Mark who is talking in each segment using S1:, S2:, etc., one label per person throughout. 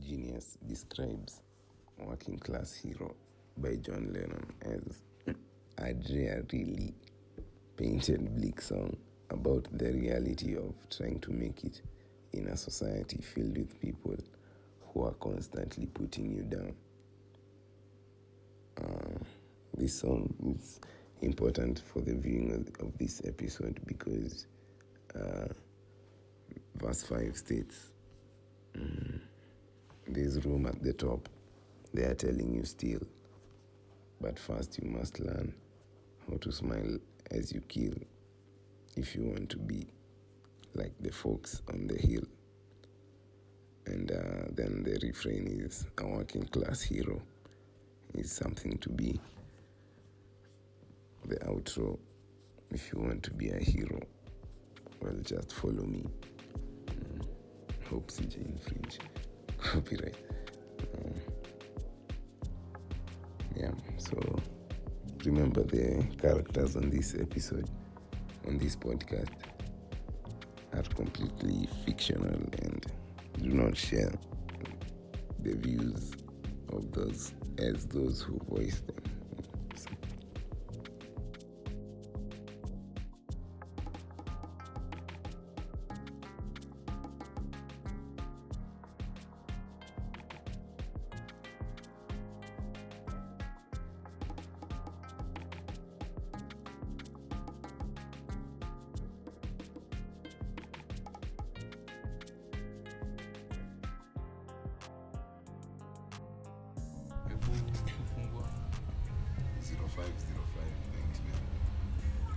S1: Guinness describes Working Class Hero by John Lennon as "Hmm, a drearily painted bleak song about the reality of trying to make it in a society filled with people who are constantly putting you down. Uh, this song is important for the viewing of, of this episode because uh, verse 5 states mm, there's room at the top, they are telling you still, but first you must learn how to smile as you kill if you want to be like the fox on the hill. And uh, then the refrain is a working class hero is something to be. The outro, if you want to be a hero, well, just follow me. Mm. Hope CJ infringe copyright. Um, yeah, so remember the characters on this episode, on this podcast, are completely fictional and do not share the views of those as those who voice them. So,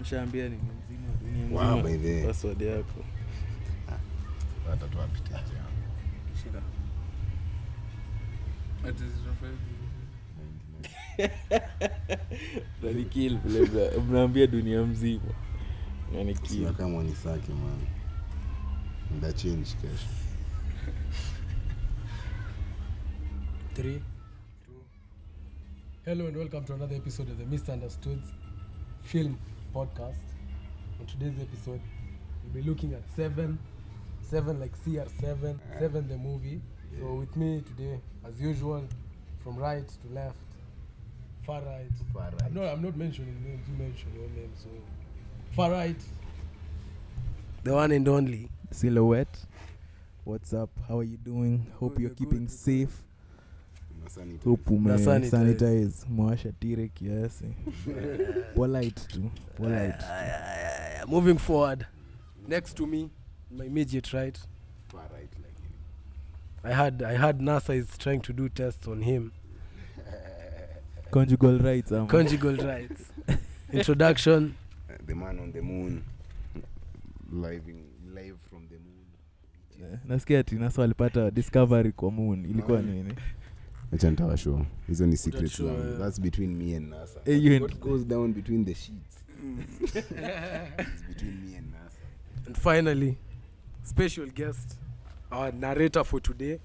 S2: shaambia ni mzima dunia
S1: Wow,
S2: mzima.
S1: by the way.
S2: password yako
S1: hata tuwapite jam.
S2: shida nanikil Yaani vile mna- mnaambia dunia mzima Yaani nanikil
S3: sina kama ni sake man nda change kesho
S4: Three, two. Hello and welcome to another episode of the Misunderstood Film Podcast. On today's episode, we'll be looking at Seven, Seven like CR7, Seven the movie. So with me today, as usual, from right to left, far right.
S3: Far
S4: I'm not, I'm not mentioning names. You mention your name. So far right, the one and only.
S5: Silhouette. What's up? How are you doing? Hope
S4: Good,
S5: you're
S4: good,
S5: keeping
S4: good.
S5: safe.
S3: Unasanitize.
S5: Hope
S4: Na sanitize.
S5: umesanitize mwasha tire kiasi. polite tu. Polite.
S4: Uh, moving forward, next to me, my immediate right.
S3: Far right lakini.
S4: I had I had NASA is trying to do tests on him.
S5: Conjugal rights ama.
S4: Conjugal rights. Introduction.
S1: Uh, the man on the moon, live, in- live from the moon.
S5: Eh, nasikia ati nasa walipata discovery kwa moon ilikuwa nini
S3: acha nitawashow hizo ni secrets
S4: Utashow,
S3: zangu.
S4: eh.
S3: that's between me and nasa
S5: Eh, you
S3: what
S5: and-
S3: goes down between the sheets is between me and nasa
S4: And finally, special guest, our narrator for today.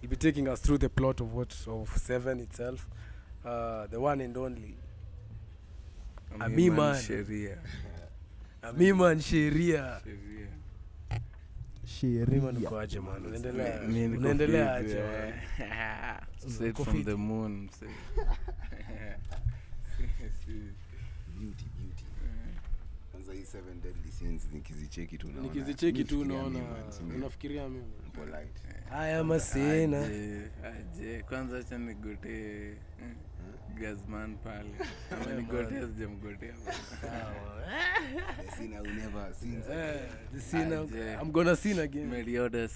S4: He'll be taking us through the plot of what of Seven itself. Uh, the one and only Amiman.
S2: sheria
S4: Amiman Sheria.
S2: sheria
S4: Amiman
S5: sheria
S4: uko aje man? Unaendelea-
S2: Mi niko
S4: Unaendelea
S2: fit,
S4: aje man?
S2: eh.
S4: Unaendelea
S2: Straight
S4: uko
S2: from
S4: fit.
S2: the moon mse. Si- si-
S3: beauty beauty
S1: Kwanza hii seven deadly sins nikizicheki tu naona-
S4: Nikizicheki tu
S1: nifikiria
S4: unaona
S1: mimi, man, si mimi.
S4: unafikiria mimi.
S1: I'm polite.
S4: Haya masina.
S2: Aje, aje kwanza acha nigote eh, gazman pale ama
S4: Eh,
S2: nigote
S4: man.
S2: asijamgotea
S1: The sin I will never sin.
S4: Eh, the sinner-
S2: Aje.
S4: I'm gonna sin again.
S2: meliodas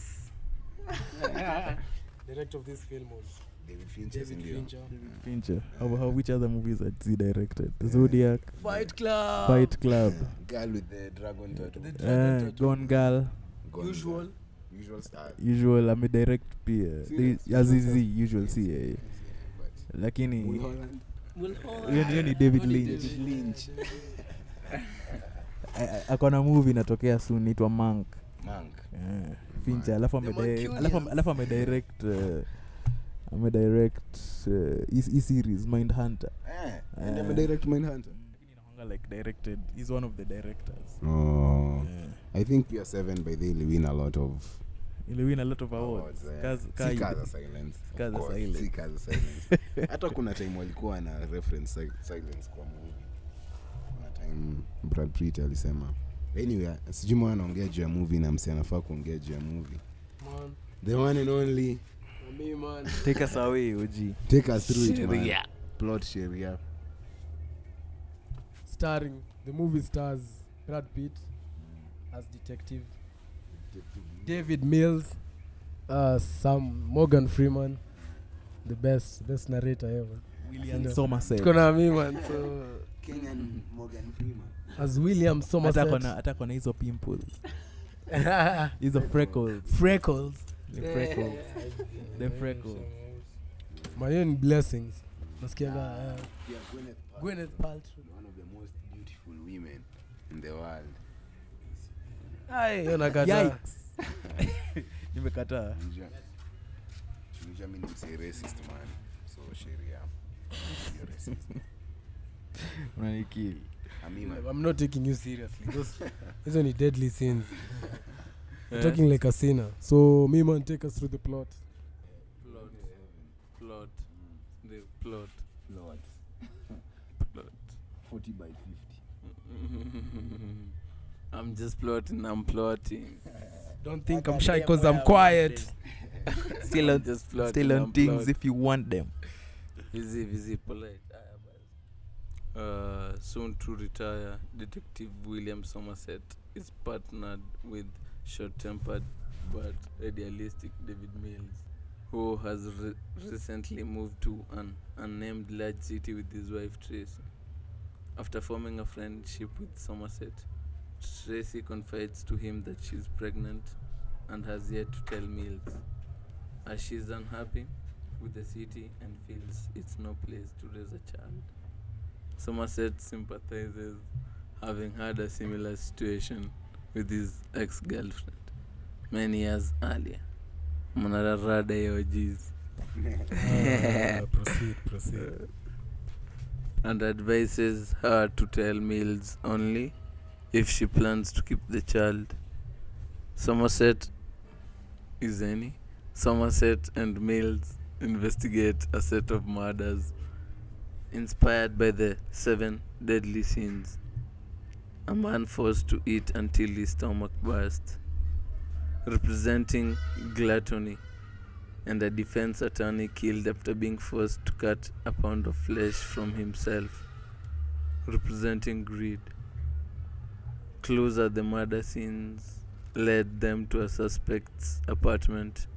S4: director of this film was
S1: David Fincher,
S4: David
S1: sindio?
S4: Fincher.
S5: Fincher. How, how which other movies that he directed? Zodiac,
S4: Fight Club.
S5: Fight Club,
S1: Girl with the dragon tattoo.
S4: The
S5: eh,
S4: Dragon
S5: Gone Girl,
S1: Gone
S4: Usual.
S1: Girl. Usual style.
S5: Usual amedirect pia.
S1: Serious?
S5: The- Azizi usual si yeye.
S1: But-
S5: Lakini
S1: Mulholland.
S5: Hiyo ni- hiyo ni David
S4: Only
S5: Lynch.
S4: David
S5: A- a- akona movie inatokea soon itwa mank
S1: Monk.
S5: Eh, fincha alafu
S1: The
S5: amedi-
S1: Mancunians.
S5: alafu- alafu amedirect eh, amedirect eh, hii hii series mind hunter
S1: Eh,
S5: Eh.
S1: and I'm a direct Mindhunter.
S5: like directed he's one of the directors Eh,
S3: oh i think pia seven by the way, will win a lot of
S5: ili win a lot of
S3: Awards,
S5: awards
S3: eh.
S5: Oh, Kazi-
S3: Si
S5: kai-
S3: Kaza Silence, of
S5: Kaza
S3: course,
S5: Silence.
S3: si Kaza Silence. hata kuna time walikuwa na reference si- silence kwa movie kuna time brad pitt alisema anyway sijui mwana anaongea juu ya movie na msi anafaa kuongea juu ya movie
S4: Man,
S3: the one and only
S4: na me, man.
S5: take us away og
S3: take us through it man.
S2: Sheria.
S3: plot sheria
S4: starring the movie stars brad pitt as detective david mills uh, sam morgan freeman the best best narrator ever
S5: william
S4: Ndio.
S5: somerset
S4: tuko na mi man so
S3: kenyan morgan freeman
S4: as william
S5: Hata kona-
S4: somerset
S5: hata kona hizo pimples hizo freckles
S4: freckles
S5: the freckles the freckles
S4: my own blessings nasikiaga uh,
S3: yeah gwyneth paltrow
S4: gwyneth paltrow
S3: one of the most beautiful women in the world
S4: ai hiyo nakataa
S5: Yikes. nimekataa
S3: Unajua- unajua mimi ni msee racist man so sheria You're racist.
S5: unanikili
S3: Amima,
S4: i'm not taking you seriously Those- hizo ni deadly sins yeah. talking like a sinner so me man take us through the plot
S2: Plot. Plot. The plot.
S3: Lord,
S2: Plot.
S3: 40 by 50.
S2: I'm just plotting. I'm plotting.
S4: don't think i'm shy cause i'm quiet
S5: still
S2: I'm
S5: on,
S2: just plotting.
S5: still on
S2: I'm
S5: things
S2: plotting.
S5: if you want them
S2: Busy, busy, polite. Haya basi. Uh, soon to retire, Detective William Somerset is partnered with short tempered but idealistic David Mills, who has re- recently moved to an unnamed large city with his wife Tracy. After forming a friendship with Somerset, Tracy confides to him that she's pregnant and has yet to tell Mills. As she's unhappy, with the city and feels it's no place to raise a child. Somerset sympathizes, having had a similar situation with his ex girlfriend many years earlier. mnararada yojis
S4: Ah, proceed, proceed.
S2: and advises her to tell Mills only if she plans to keep the child. Somerset is any. Somerset and Mills investigate a set of murders inspired by the seven deadly sins. A man forced to eat until his stomach burst, representing gluttony, and a defense attorney killed after being forced to cut a pound of flesh from himself, representing greed. Clues at the murder scenes led them to a suspect's apartment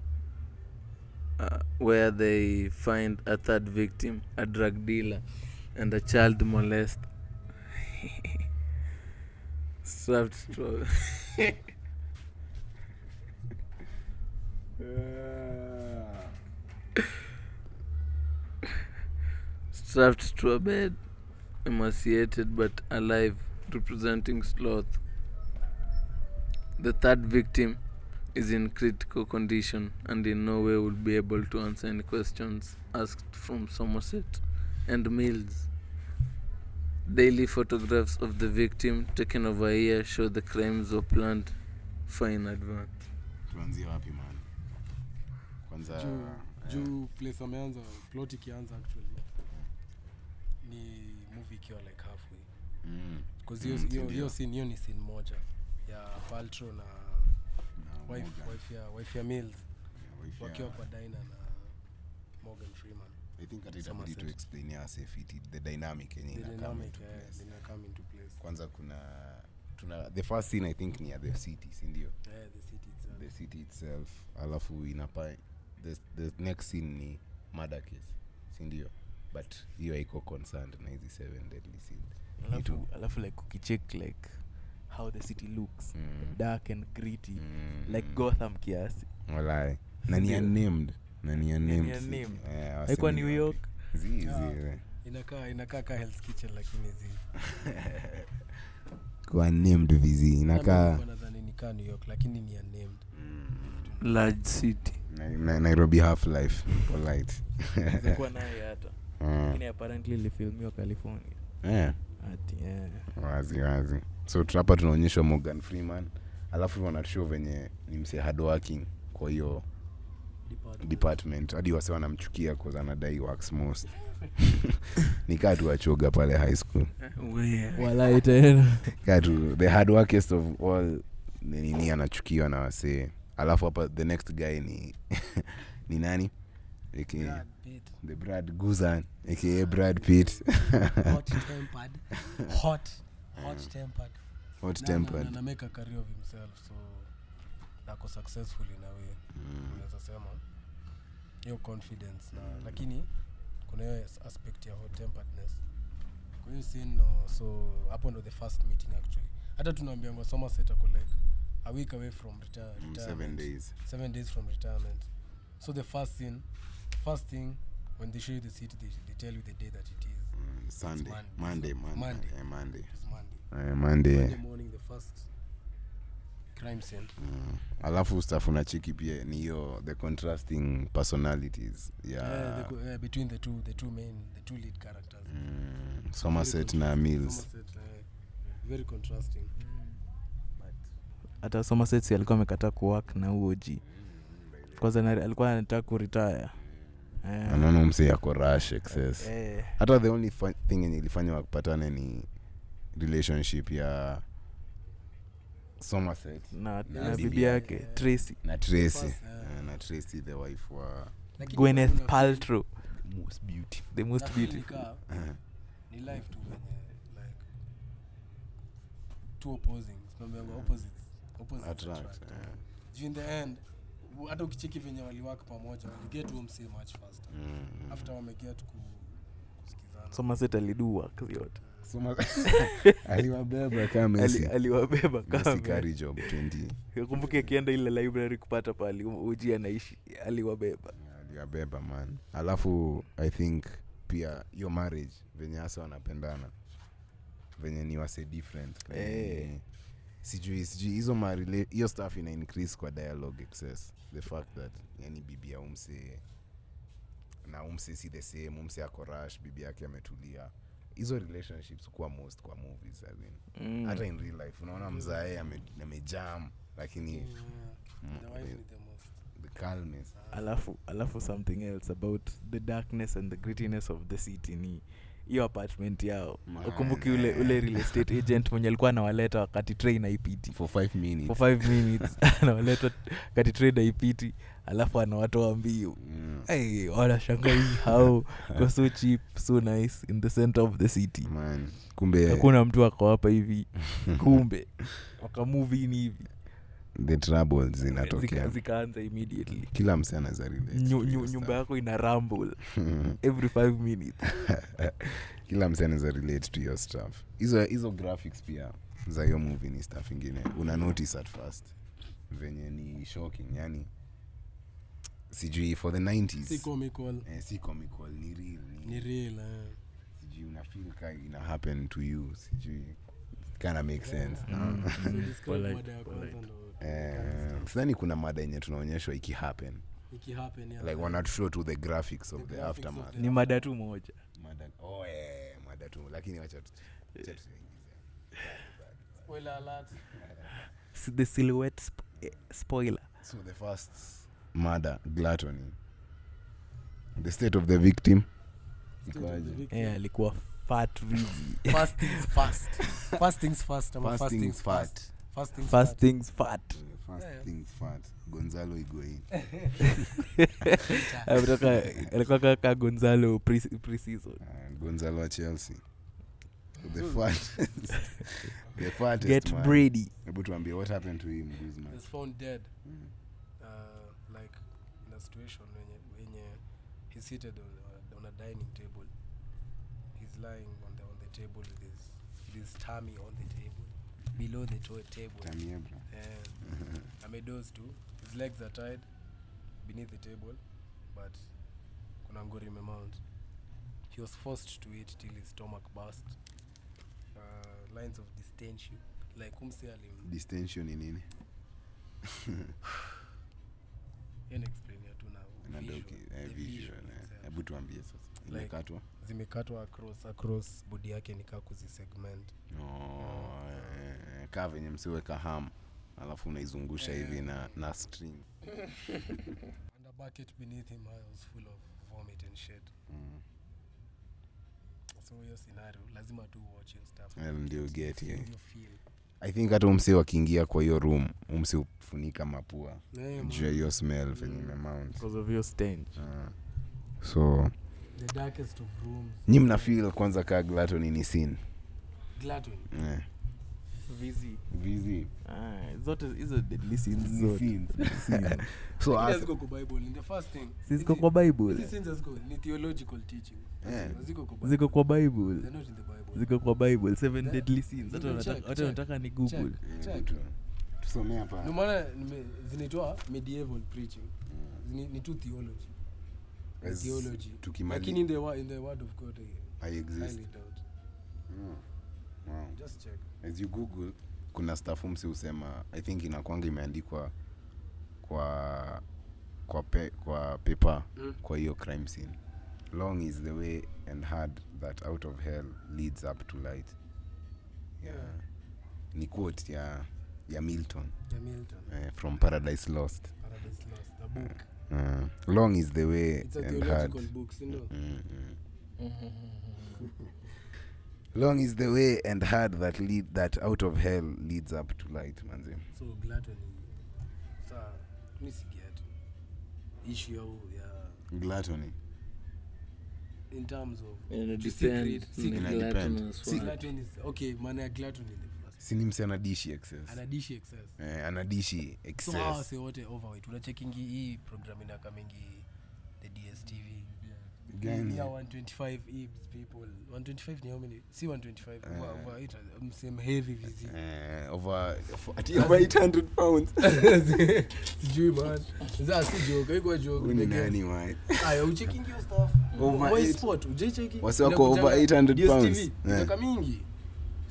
S2: uh, where they find a third victim, a drug dealer, and a child molest. Strapped to strapped to a bed, emaciated but alive, representing sloth. The third victim is in critical condition and in no way would be able to answer any questions asked from Somerset and Mills. Daily photographs of the victim taken over here show the crimes were planned far in advance.
S3: tuanzie wapi man kwanza
S4: juu
S3: eh,
S4: juu place ameanza plot ikianza actually ni movie ikiwa like halfway
S3: mm,
S4: cause hiyo
S3: Mm,
S4: hiyo-
S3: ndio.
S4: hiyo scene hiyo ni scene moja ya paltro na
S3: na
S4: wife,
S3: Morgan,
S4: wife ya wife ya mills
S3: yeah, wife ya-
S4: wakiwa kwa dina na morgan freeman
S3: I think hata
S4: Somerset.
S3: itabidi tu explain ya safe it- the dynamic yenye
S4: the
S3: ina come
S4: dynamic
S3: into
S4: eh,
S3: place.
S4: ina come into place
S3: kwanza kuna tuna the first scene i think ni ya the city sindio
S4: Eh, the city itself.
S3: the city itself alafu inapa the, the next scene ni murder case sindio but hiyo haiko concerned na hizi seven deadly sins Me too.
S5: alafu, alafu like ukicheck like how the city looks
S3: Mm.
S5: dark and gritty
S3: Mm.
S5: like gotham kiasi
S3: walai na ni unnamed na ni unnamed
S5: ni
S3: city.
S5: unnamed.
S3: Eh, hawasemi
S5: haikuwa
S3: ni
S5: new
S3: wapi.
S5: york
S3: Zi- zi-
S4: Yeah. inakaa inakaa ka hell's kitchen lakini zi
S3: kuwa named vizi inakaa
S4: Nilikuwa nadhani ni kaa new york lakini ni unnamed
S3: Mm.
S2: Large city.
S3: Na- na- nairobi half life polite
S5: zakuwa naye hata
S3: Eh,
S5: lakini apparently ilifilmiwa california
S3: eh,
S5: ati yeah.
S3: wazi wazi so hapa tunaonyeshwa morgan freeman alafu wanashow venye ni msee hard working kwa hiyo
S4: Department.
S3: department hadi wase wanamchukia cause anadai works most nikaa tu wachoga pale high school
S2: Where?
S5: walai tena
S3: Kaa tu the hard workest of all ni nini anachukiwa na wasee alafu hapa the next guy ni ni nani Aka- the brad guzan aka brad pitt
S4: Hot tempered. Hot. Hot tempered.
S3: hot
S4: Na-
S3: tempered
S4: na- na- anamake a career of himself so nako successful in a way unaweza sema hiyo confidence na lakini kuna hiyo as- aspect ya hot temperedness kwa hiyo si no so hapo ndo the first meeting actually hata tunaambiangwa somerset ako like a week away from retire,
S3: Mm,
S4: retirement
S3: seven days
S4: seven days from retirement. So the first thing, first thing, when they show you the city, they, they tell you the day that it is.
S3: Mm, sunday monday
S4: Monday. Monday.
S3: monday Eh, monday
S4: It's Monday.
S3: Eh, monday
S4: Monday morning, the first crime scene.
S3: Mm. alafu staff unacheki pia ni hiyo the contrasting personalities ya
S4: Uh, the, co- uh, between the two, the two main, the two lead characters.
S3: mm, somerset na mills
S4: Somerset, uh, very contrasting.
S5: hata somerset alikuwa amekataa kuwak na huo ji kwanza na- alikuwa anataka Eh. kuritaya
S3: anaona msee ako rush
S4: Eh,
S3: excess
S5: Eh.
S3: hata the only fun- thing yenye ilifanya wapatane ni relationship ya somerset Na
S5: na, na
S3: bibi
S5: bibi yake
S4: yake.
S5: tracy
S3: na tracy
S4: First, uh,
S3: Eh, na tracy the wife wa
S4: Lakini
S5: gwyneth
S4: kuna-
S5: paltrow
S3: most beautiful
S5: the most
S4: lakini
S5: beautiful
S4: kaa, ni life tu venye like two opposing. Tunaambiwa opposites. Opposites
S3: attract
S4: attract. Juu in the end u- hata ukicheki venye waliwak pamoja waliget huo msee much faster
S3: Mm,
S4: after wameget ku, kusikizana
S5: somerset alidu wak yote
S3: aliwabeba kama
S5: Ali- aliwabeba kama
S3: mesikari job 20
S5: kumbuke akienda ile library kupata pali uji anaishi aliwabeba
S3: aliwabeba man alafu i think pia hiyo marriage venye hasa wanapendana venye ni wase different Venye
S5: Eh.
S3: ni- sijui sijui hizo ma rela- hiyo stuff ina increase kwa dialogue excess the fact that yani bibi ya umse na umse si the same umse ako rush bibi yake ametulia hizo relationships kuwa most kwa movies I mean.
S5: mm.
S3: hata in real life unaona mzae ame- amejam lakini Mm,
S5: Mm.
S4: Yeah. The wife ni the most.
S3: the calmness
S5: alafu alafu something else about the darkness and the grittiness of the city ni hiyo apartment yao
S3: Man.
S5: ukumbuki ule ule real estate agent mwenye alikuwa anawaleta wakati train aipiti
S3: for five minutes
S5: for five minutes anawaleta wakati train aipiti alafu anawatoa mbiu
S3: Mm.
S5: Hey, wanashangai how go so cheap so nice in the center of the city
S3: Man, kumbe
S5: hakuna mtu ako hapa hivi kumbe wakamuvini hivi
S3: the troubles
S5: Zika-
S3: zinatokea
S5: zikaanza immediately
S3: kila msee anaweza relate to
S5: Nyu,
S3: hiyo
S5: nyu,
S3: stuff.
S5: nyumba yako ina rumble every five minutes
S3: kila msee anaweza relate to your stuff hizo hizo graphics pia za hiyo movie ni stuff ingine una notice at first venye ni shocking yani sijui for the 90s
S4: Si comical,
S3: eh, si comical ni real ni,
S4: ni real eh.
S3: sijui una feel ka ina happen to you sijui kana make sense
S5: Mm,
S3: Ah.
S4: So describe
S2: Polite,
S4: mada ya kwanza ndo
S3: Eh, sidhani kuna mada yenye tunaonyeshwa ikihappen
S4: ikihappen yeah.
S3: like wanatushua to the graphics of the,
S4: graphics of
S3: aftermath
S5: ni mada tu moja
S3: mada oh, eh, mada tu lakini wacha tu- wacha tu-
S4: Spoiler alert.
S5: S- the silhouette sp- eh, spoiler
S3: so the first mada gluttony the state of the victim
S4: State of the
S3: Ikoaje?
S4: victim.
S5: eh alikuwa fat rizi
S4: First things first. First things first ama
S3: First
S4: first
S3: things
S4: things
S3: first.
S4: first. First things
S5: first
S4: first.
S5: things fat
S3: Uh, first
S4: Yeah.
S3: things first, gonzalo higuain
S5: Ametoka- alikuwa kaka gonzalo pre- pre-season
S3: and gonzalo wa chelsea the fat the fattest
S5: get
S3: man.
S5: brady
S3: hebu tuambie what happened to him Guzman?
S4: is found dead
S3: Hmm.
S4: uh, like in a situation wenye, wenye he's seated on a, on a dining table he's lying on the, on the table with his, with his tummy on the table below the to- table
S3: Tamia, bro.
S4: and amedoze too his legs are tied beneath the table but kuna ngori imemount he was forced to eat till his stomach burst uh, lines of distension like umse alim
S3: distension ni nini
S4: Hiyo naexplainia tu na visual,
S3: Nadoki, eh,
S4: the
S3: visual,
S4: visual
S3: eh.
S4: itself.
S3: hebu tuambie sasa
S4: Like-
S3: imekatwa
S4: zimekatwa across across bodi yake nikaa kuzisegment Eh.
S3: Oh, eh, eh, kaa venye msiweka ham alafu unaizungusha hivi na, na string
S4: and a bucket beneath him I was full of vomit and shit
S3: Mm.
S4: so hiyo scenario lazima tu watch your stuff
S3: Well, Eh, ndio get
S4: Feel
S3: yeah.
S4: your feel.
S3: i think hata umsi wakiingia kwa hiyo room umsi hufunika mapua
S4: Yeah, Eh, man. Mm.
S3: juu ya hiyo smell venye imemount
S5: because of your stench
S3: Ah. so
S4: the darkest of rooms
S3: nyi mnafil kwanza kaa glatoni ni sin
S4: Glutton.
S3: yeah.
S5: vizi
S3: vizi
S5: ah, zote hizo deadly sins
S3: Ni
S5: zote
S3: sins. so
S4: Lakini
S3: as,
S4: haziko kwa bible the first thing
S5: ziko kwa bible
S4: Hizi sins haziko ni theological teaching
S3: Yeah.
S4: haziko kwa bible
S5: ziko kwa bible
S4: they're not in the bible
S5: ziko kwa bible seven
S4: Yeah.
S5: deadly sins hata
S4: Check,
S5: unataka-
S4: check.
S5: hata unataka ni google
S4: Check,
S3: Yeah,
S4: check.
S3: tu- tusomee hapa.
S4: Ndio maana nime- zinaitwa medieval preaching Ni- ni tu theology Ni
S3: As
S4: theology
S3: tukimali-
S4: lakini in the, wo- in the word of god eh,
S3: I exist.
S4: highly doubt Hmm.
S3: Mm. Wow.
S4: just check
S3: as you google kuna staff msi husema i think inakwanga imeandikwa kwa kwa pe, kwa paper
S4: Mm.
S3: kwa hiyo crime scene long is the way and hard that out of hell leads up to light yeah.
S4: Yeah.
S3: ni quote ya ya milton
S4: the milton
S3: eh, from paradise lost
S4: paradise lost the book
S3: uh, long is the way
S4: it's a
S3: and hard
S4: theological book you know
S3: Mm, mm. long is the way and hard that lead that out of hell leads up to light manzi
S4: so gluttony sa mi si get issue ya ya
S3: gluttony
S4: in terms of
S2: Ina
S4: Secret,
S2: depend,
S4: secret.
S2: ni
S3: Ina
S2: gluttonous
S3: depend.
S2: one.
S4: gluttony is okay maana ya gluttony in the first
S3: sini msi anadishi excess
S4: anadishi excess
S3: eh, anadishi
S4: so hawa
S3: excess
S4: wase wote overweight unachekingi hii program inaka mingi the dstv
S3: Gani?
S4: Yeah, 125 ibs people 125 ni how many si 125 over overweight uh, msem heavy vizi
S3: eh, over, at over 800 pounds
S4: sijui man za si joke haikuwa joke
S3: Eh. Huyu ni nani wa
S4: aya uchekingi hiyo stuff
S3: Over
S4: Boy
S3: eight.
S4: sport ujecheki
S3: Wase wako over 800 pounds. Eh. Yeah.
S4: miaka mingi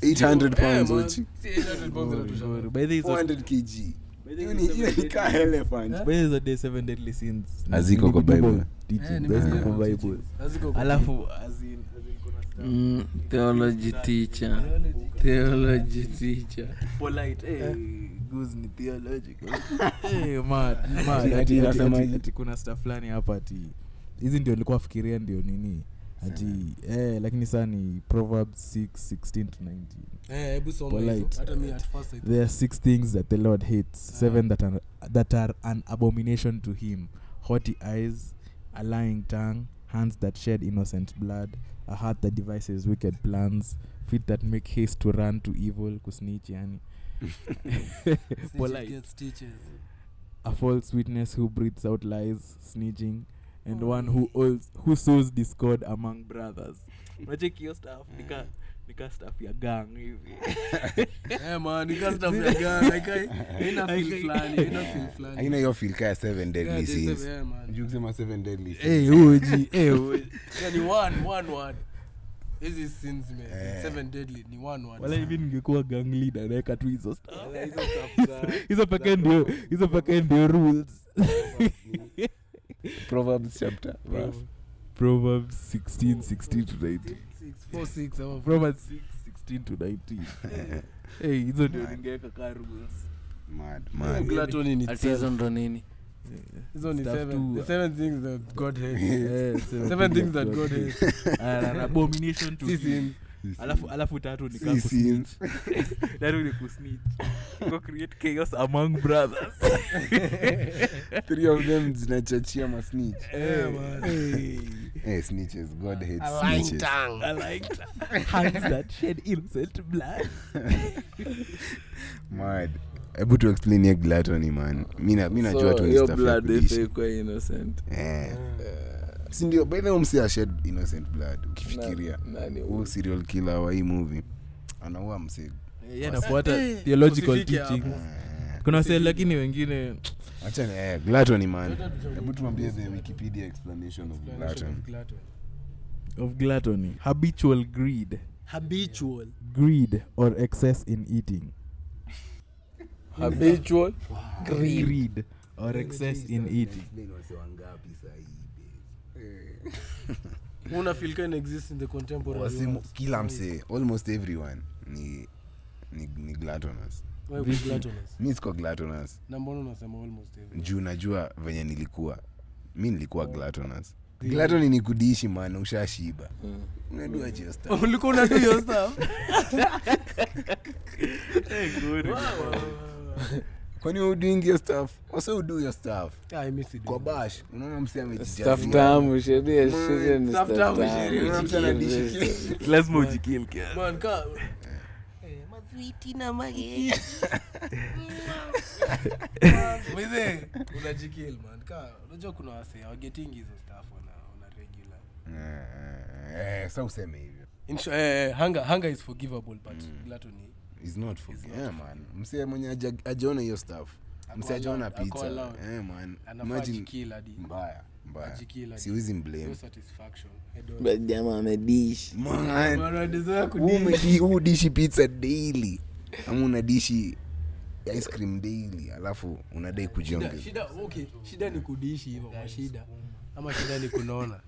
S3: 800 pounds
S4: Eh, man.
S3: wachi
S4: Si 800 pounds inatosha Eh, man.
S5: by the way
S3: 400 kg Hiyo ni- hiyo ni ka elephant
S5: by the way the seven deadly sins
S3: Haziko kwa
S5: Bible
S3: Bible.
S5: teaching,
S4: Eh, ni
S5: haziko
S4: Bible
S5: kwa
S4: teaching.
S5: Bible.
S4: Haziko kwa-
S5: alafu as in- as in kuna stuff.
S2: Mm, theology teacher theology teacher
S5: polite eh, goose ni theological eh, mad, mad.
S3: Ati- ati
S5: Ati- ati-
S3: inasemaje?
S5: ati- ati kuna stuff fulani hapa ati hizi ndio alikuwa afikiria ndio nini ati eh, lakini saa ni proverbs 6 16 to 19
S4: Eh, hebu soma
S5: Polite.
S4: hizo. Hata mi at first I
S5: there are six things that the lord hates seven that are, that are an abomination to him haughty eyes a lying tongue hands that shed innocent blood a heart that devises wicked plans feet that make haste to run to evil kusnitch yani
S4: Snitches
S5: polite
S4: get stitches.
S5: a false witness who breathes out lies snitching and one who alls, who sows discord among brothers unacheki hiyo stuff nika nika stuff ya gang hivi
S4: Eh, man, you can't stop your girl. Like, I- ina feel fulani, ina feel fulani.
S3: aina hiyo feel ka ya 7
S4: Yeah,
S3: deadly
S4: they say,
S3: sins
S4: eh, man.
S3: Juu kusema 7 deadly sins
S5: eh uji eh uji
S4: Yeah, ni one, one word. Hizi sins, man. Seven deadly, ni one word.
S5: Eh. wala hivi ningekuwa gang leader naweka tu hizo stuff
S4: Wala hizo stuff za-
S5: hizo pekee ndio hizo pekee ndio rules
S3: proverbs chapter
S5: proverbs 16 16 to 19
S4: Six, four, six, ama-
S5: proverbs 6 16 to 19 eh hizo ndio ningeweka ka rules
S3: mad mad
S4: Gluttony ni
S2: ati hizo ndo nini
S4: Hizo ni
S5: Stuff
S4: seven.
S5: too.
S4: The seven things that God hates.
S5: Eh,
S4: Seven things that God hates.
S5: Ah, an abomination to
S4: Six
S5: him.
S4: sins.
S5: alafu alafu tatu ni
S3: Si sins.
S5: tatu ni kusnitch go create chaos among brothers
S3: three of them zinachachia masnitch
S5: Eh, Ah,
S4: man.
S5: eh.
S3: hey, snitches god hates
S4: A lying
S3: snitches
S4: tongue.
S5: I like that. hands that shed innocent blood
S3: mad hebu tu explain hiyo gluttony man mi na- mi najua
S2: so
S3: tu ni
S2: hiyo
S3: stuff ya
S2: blood
S3: kulisha.
S2: ifekwa innocent
S3: Eh. Si ndio by the way msi ashed innocent blood ukifikiria
S2: Na- nani
S3: huu serial killer wa hii movie anaua msig
S5: yeah, nafuata
S4: Eh,
S5: theological
S4: usifike hapo.
S5: teaching
S3: Eh,
S5: kuna wase lakini wengine
S3: achana eh, gluttony man
S4: Gluttony,
S3: hebu tuambie the wikipedia explanation of gluttony
S4: Gluttony.
S5: of gluttony habitual greed
S4: Habitual.
S5: greed or excess in eating
S2: habitual
S5: greed, or excess in eating
S4: Una feel can exist in the contemporary
S3: Wasimu-
S4: world.
S3: kila msee almost everyone ni ni, ni gluttonous
S4: Wewe uko
S1: Vipi?
S4: gluttonous.
S3: mi siko gluttonous
S4: na mbona unasema almost every
S3: juu najua venye nilikuwa mi nilikuwa gluttonous
S4: Zero.
S3: glatoni ni kudiishi maana ushashiba unadua chesta
S2: ulikuwa unadu hiyo stuff Eh, good.
S3: kwani we doing your stuff wase you do your stuff
S4: Ah, I miss it.
S3: kwa bash unaona msi
S6: Staff tamu, sheria- sheria ni
S3: Staff
S6: staff
S3: tamu,
S6: tamu.
S3: sheria, unaona mtu anadishikilia.
S2: lazima ujikil kiasi.
S4: Man, ka- Mzee, unajikil, man. Ka- unajua kuna wasee hawagetingi hizo stuff wana- wana regular.
S3: Eh, sa useme hivyo
S4: In short, eh, eh, hunger- hunger is forgivable, but
S3: Mm.
S4: gluttony,
S3: It's not for yeah, man msi mwenye haja- hajaona hiyo stuff msi ajaona
S4: allowed, ako
S3: pizza
S4: allowed.
S3: Eh, man
S4: anafaa
S3: imagine
S4: ajikill hadi-
S3: mbaya mbaya
S4: Ajikill hadi-
S3: siwezi
S4: no
S3: mblame
S4: satisfaction. I don't-
S6: But jamaa amedish
S3: Man,
S4: Man, anadeserve kudi-
S3: Huu umedi- huu udishi pizza daily ama unadishi ice cream daily alafu unadai
S4: Shida-
S3: kujiongeza
S4: shida okay shida ni kudiishi hivyo kwa shida ama shida ni kunona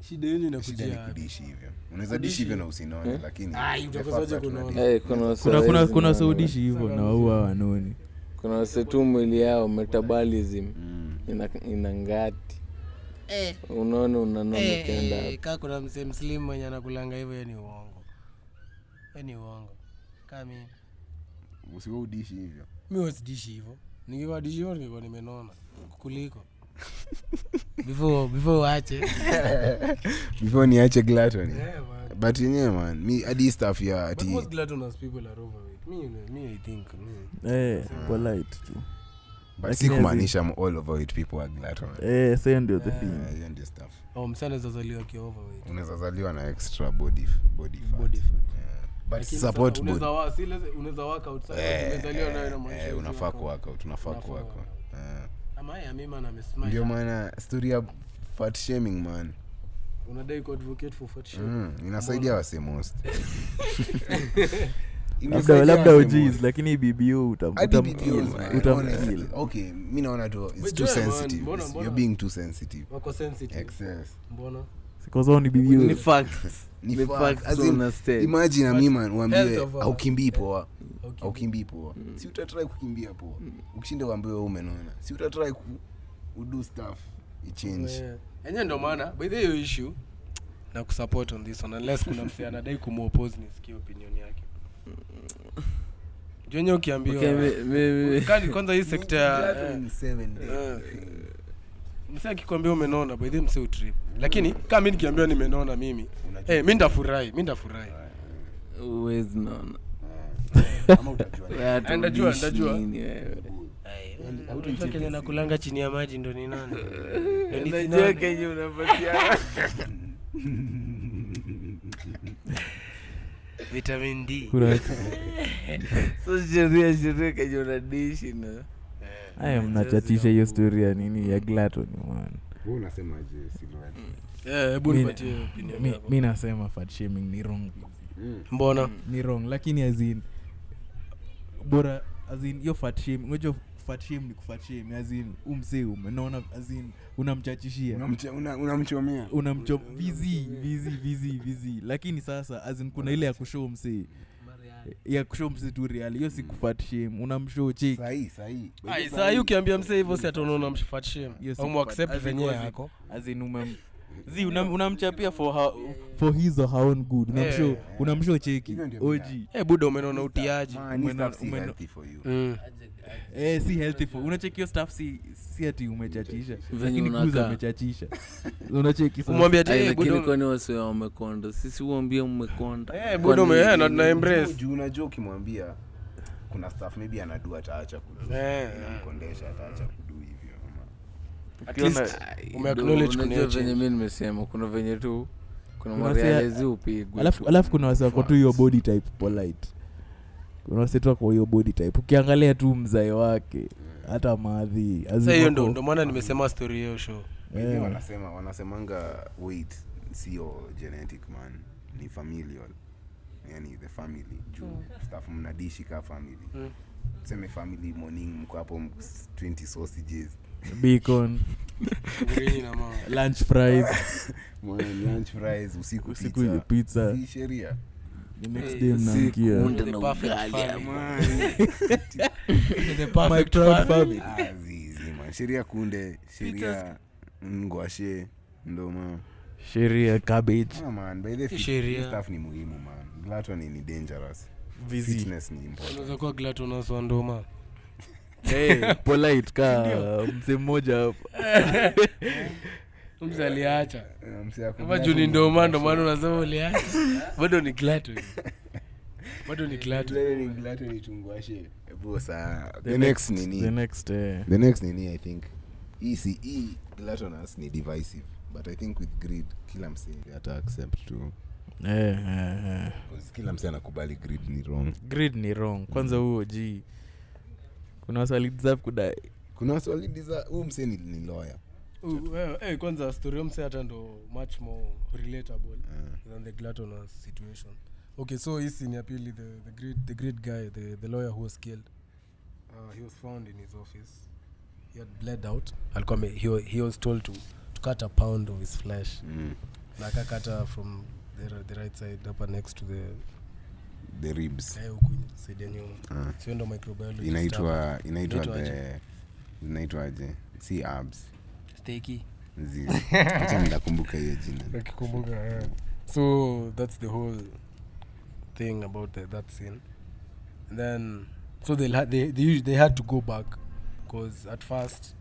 S4: shida yenyu
S3: shida ni
S4: inakujia wapi?
S3: kudishi hivyo unaweza dishi hivyo na usinone lakini
S4: Ai, utakosaje
S3: the fact
S4: kunaona?
S3: that
S6: Eh, kuna wasa
S5: kuna kuna
S6: wezi
S5: kuna
S6: na-
S5: saudishi hivyo na waua wanoni
S6: kuna wase tu mwili yao metabolism
S3: Mm.
S6: ina, ina ngati
S4: Eh,
S6: unaona unanona ukienda
S4: eh, kaa kuna msee mslim mwenye anakulanga hivyo ye ni uongo ye ni uongo kami
S3: unadi- usiwe udishi hivyo
S4: mi wasidishi hivyo nikiwadishi hivyo ningekuwa nimenona kuliko before before uache
S3: before niache glatoni
S4: yeah, man.
S3: but yenyewe man mi hadi staff ya
S4: Eh? But
S3: ati
S4: most gluttonous people are overweight. Me, you know, me, I think, me.
S5: eh, polite tu
S3: but si
S5: Lakini
S3: kumaanisha m- all over it people are glatoni
S5: eh, sayo ndio the thing
S3: Eh, hiyo ndio stuff
S4: Oh, msee anaweza zaliwa akiwa overweight.
S3: unaweza zaliwa na extra body body fat,
S4: Body fat.
S3: Yeah. but
S4: Lakini
S3: support
S4: sasa
S3: body
S4: unaweza wa- si lazima- unaweza work out sana, umezaliwa nayo inamaanisha
S3: Eh,
S4: usi
S3: unafaa
S4: work out.
S3: kuwakout unafaa
S4: Unafaa
S3: kuwakout
S4: workout.
S3: Eh.
S4: Ama haya, mi man, amesmile.
S3: ndio maana story ya fat shaming man
S4: Unadai kuadvocate for fat shaming.
S3: mm, inasaidia wase most
S5: labda
S3: Inasaidia
S5: labda
S3: wase
S5: ujiz
S3: most.
S5: lakini bibiu
S3: Hadi BPOs, man, honestly.
S5: utamkil
S3: Okay, mi naona tu it's
S4: Wajua,
S3: too
S4: man,
S3: sensitive
S4: mbona-
S3: It's-
S4: mbona-
S3: you're being too sensitive
S4: wako sensitive
S3: excess
S4: mbona
S5: sikazao ni bibiu
S2: Ni facts.
S3: Ni
S2: Ni
S3: fact.
S2: facts
S3: As in,
S2: on a stage.
S3: imagine ami man uambiwe
S4: health of a-
S3: haukimbii poa
S4: Haukimbii.
S3: haukimbii poa
S4: Mm.
S3: si utatrai kukimbia poa ukishinda uambiwe wewe umenona si utatrai ku udo stuff ichange
S4: Eh, enyewe ndo maana by the way, hiyo issue na kusupport on this one unless kuna msee anadai kumuoppose nisikie opinion yake jenye
S2: Okay,
S4: ukiambiwa
S2: mi- mi- mi-
S4: Kani, kwanza hii sekta ya eh,
S3: In seven days.
S4: eh, msee akikwambia umenona by the way, msee utrip lakini kama mi nikiambiwa nimenona mimi eh, mi ndafurahi mi ndafurahi
S2: huwezi naona.
S3: Ama utajua
S2: Wewe hata
S4: Ndajua,
S2: udishi
S4: ndajua.
S2: nini eh. wewe.
S4: Unajua kenye nakulanga chini ya maji ndo ni nani
S3: Yaani
S4: Ndo ni
S2: Unajua
S4: sinani?
S2: kenye unapatia
S4: vitamin d
S2: so sheria sheria kenye unadishi na
S5: aya mnachatisha hiyo stori ya nini ya glatoni man
S3: Wewe unasemaje silhouette?
S4: Eh, hebu
S5: Mi-
S4: nipatie opinion
S5: mi,
S4: yako.
S5: mi nasema fat shaming ni wrong
S3: Mm.
S4: mbona
S5: ni wrong lakini azin bora azin hiyo fat shaming unajua fat shame ni kufat shame azin umsee umenaona azin unamchachishia
S3: Unamche- una- unamchomea
S5: unamcho vizi vizi vizi vizi lakini sasa azin kuna ile ya kushow msee ya kushow msee tu reali hiyo si kufat shame unamshow chik
S3: sahii sahii
S4: Ai, saa hii ukiambia msee hivyo si ataonana mshifatshim
S5: Hiyo si
S4: umwaccept
S5: kupata-
S4: venyewe
S5: as in-
S4: yako
S5: azin umem zi unam- unamchapia for her, for his or her own good unamshow unamshow cheki
S3: Hivyo ndio
S5: oji
S4: Eh, buda umenaona utiaji
S3: Man, hii
S5: Umeno-
S3: stuff si
S5: umeno-
S3: healthy for you.
S4: Mm.
S5: eh, si healthy for unachekio staff si, si ati umechachisha
S2: Venye
S5: lakini kuza
S2: unakaa.
S5: umechachisha unacheki sasa.
S4: umwambia ti
S2: Ai,
S4: "Eh, buda
S2: lakini
S4: ume-
S2: kwani wasiwa wamekonda sisi uambie mmekonda
S4: eh, buda ume- eh, na- na embrace
S3: juu unajua ukimwambia kuna staff maybe anadua ataacha kudu
S4: Eh,
S3: namkondesha ataacha kudu hivyo ama-
S4: at least umeacknowledge kuna hiyo
S2: uh, venye
S4: change.
S2: mi nimesema kuna venye tu kuna
S5: Kuna sea-
S2: marealezi upigwe
S5: alafu,
S2: tu.
S5: alafu kuna wase wako tu hiyo body type polite kuna wase tu wako hiyo body type ukiangalia tu mzae wake hata maadhi
S4: Sasa hiyo ndo ndo maana nimesema story hiyo show
S3: Maybe wanasema wanasemanga weight sio genetic man ni familial yani the family juu staff mnadishi ka family
S4: Mm.
S3: tuseme family morning mko hapo m- 20 sausages
S5: bacon
S4: Ugenyi na mama.
S5: lunch fries
S3: Morning lunch fries usiku
S5: usiku hiyo
S3: pizza
S5: pizza
S3: si sheria
S5: the next
S2: Hey,
S5: day mnaamkia
S2: kunde na
S4: The perfect
S2: ugali
S4: family.
S2: ama-
S4: the
S5: my
S4: perfect
S5: proud
S4: family.
S5: family
S3: Ah, zizi, man. sheria kunde sheria ngwashe ndoma
S5: sheria cabbage
S3: Ah, man, by the fit-
S4: Sheria.
S3: this stuff ni muhimu man gluttony ni dangerous
S5: vizi
S3: fitness ni important
S4: unaweza kuwa glatonas wa ndoma
S5: hey, polite ka mzee mmoja hapa
S4: mzi aliacha
S3: Eh, msee ako
S4: kama
S3: glutton
S4: juu ni
S3: ni
S4: ndoma ndo maana unasema uliacha bado ni glato bado ni glato
S3: Mzee ni glutton ni tungwashe. Eh, bro, saa, the
S5: The
S3: next
S5: the
S3: nini
S5: next eh,
S3: the next nini i think hii si- hii gluttonous ni divisive but i think with greed kila msee ata accept tu
S5: eh, eh, eh.
S3: 'Cause kila msee anakubali greed ni wrong
S5: Greed ni wrong kwanza huo ji kuna wasalidzaf kuda
S3: kuna waswalidiza huu msee ni, ni lawyer
S4: Uh, wewe, eh, kwanza story mse hata ndo much more relatable
S3: Mm.
S4: than the gluttonous situation okay so hii scene ya pili the, the, great, the great guy the, the lawyer who was killed uh, he was found in his office he had bled out alikuwa ame- he, wa- he was told to, to cut a pound of his flesh
S3: mm.
S4: na akakata from the, ri- the right side hapa next to the
S3: the ribs
S4: kae huku side ya nyuma
S3: Ah.
S4: sio ndo microbiologist hapa.
S3: inaitwa inaitwa
S4: Inaitwa
S3: the inaitwaje si abs
S4: Steki.
S3: Zizi. acha nitakumbuka hiyo jina
S4: nakikumbuka eh. so that's the whole thing about the, that scene and then so they, they, they, us- they had to go back because at first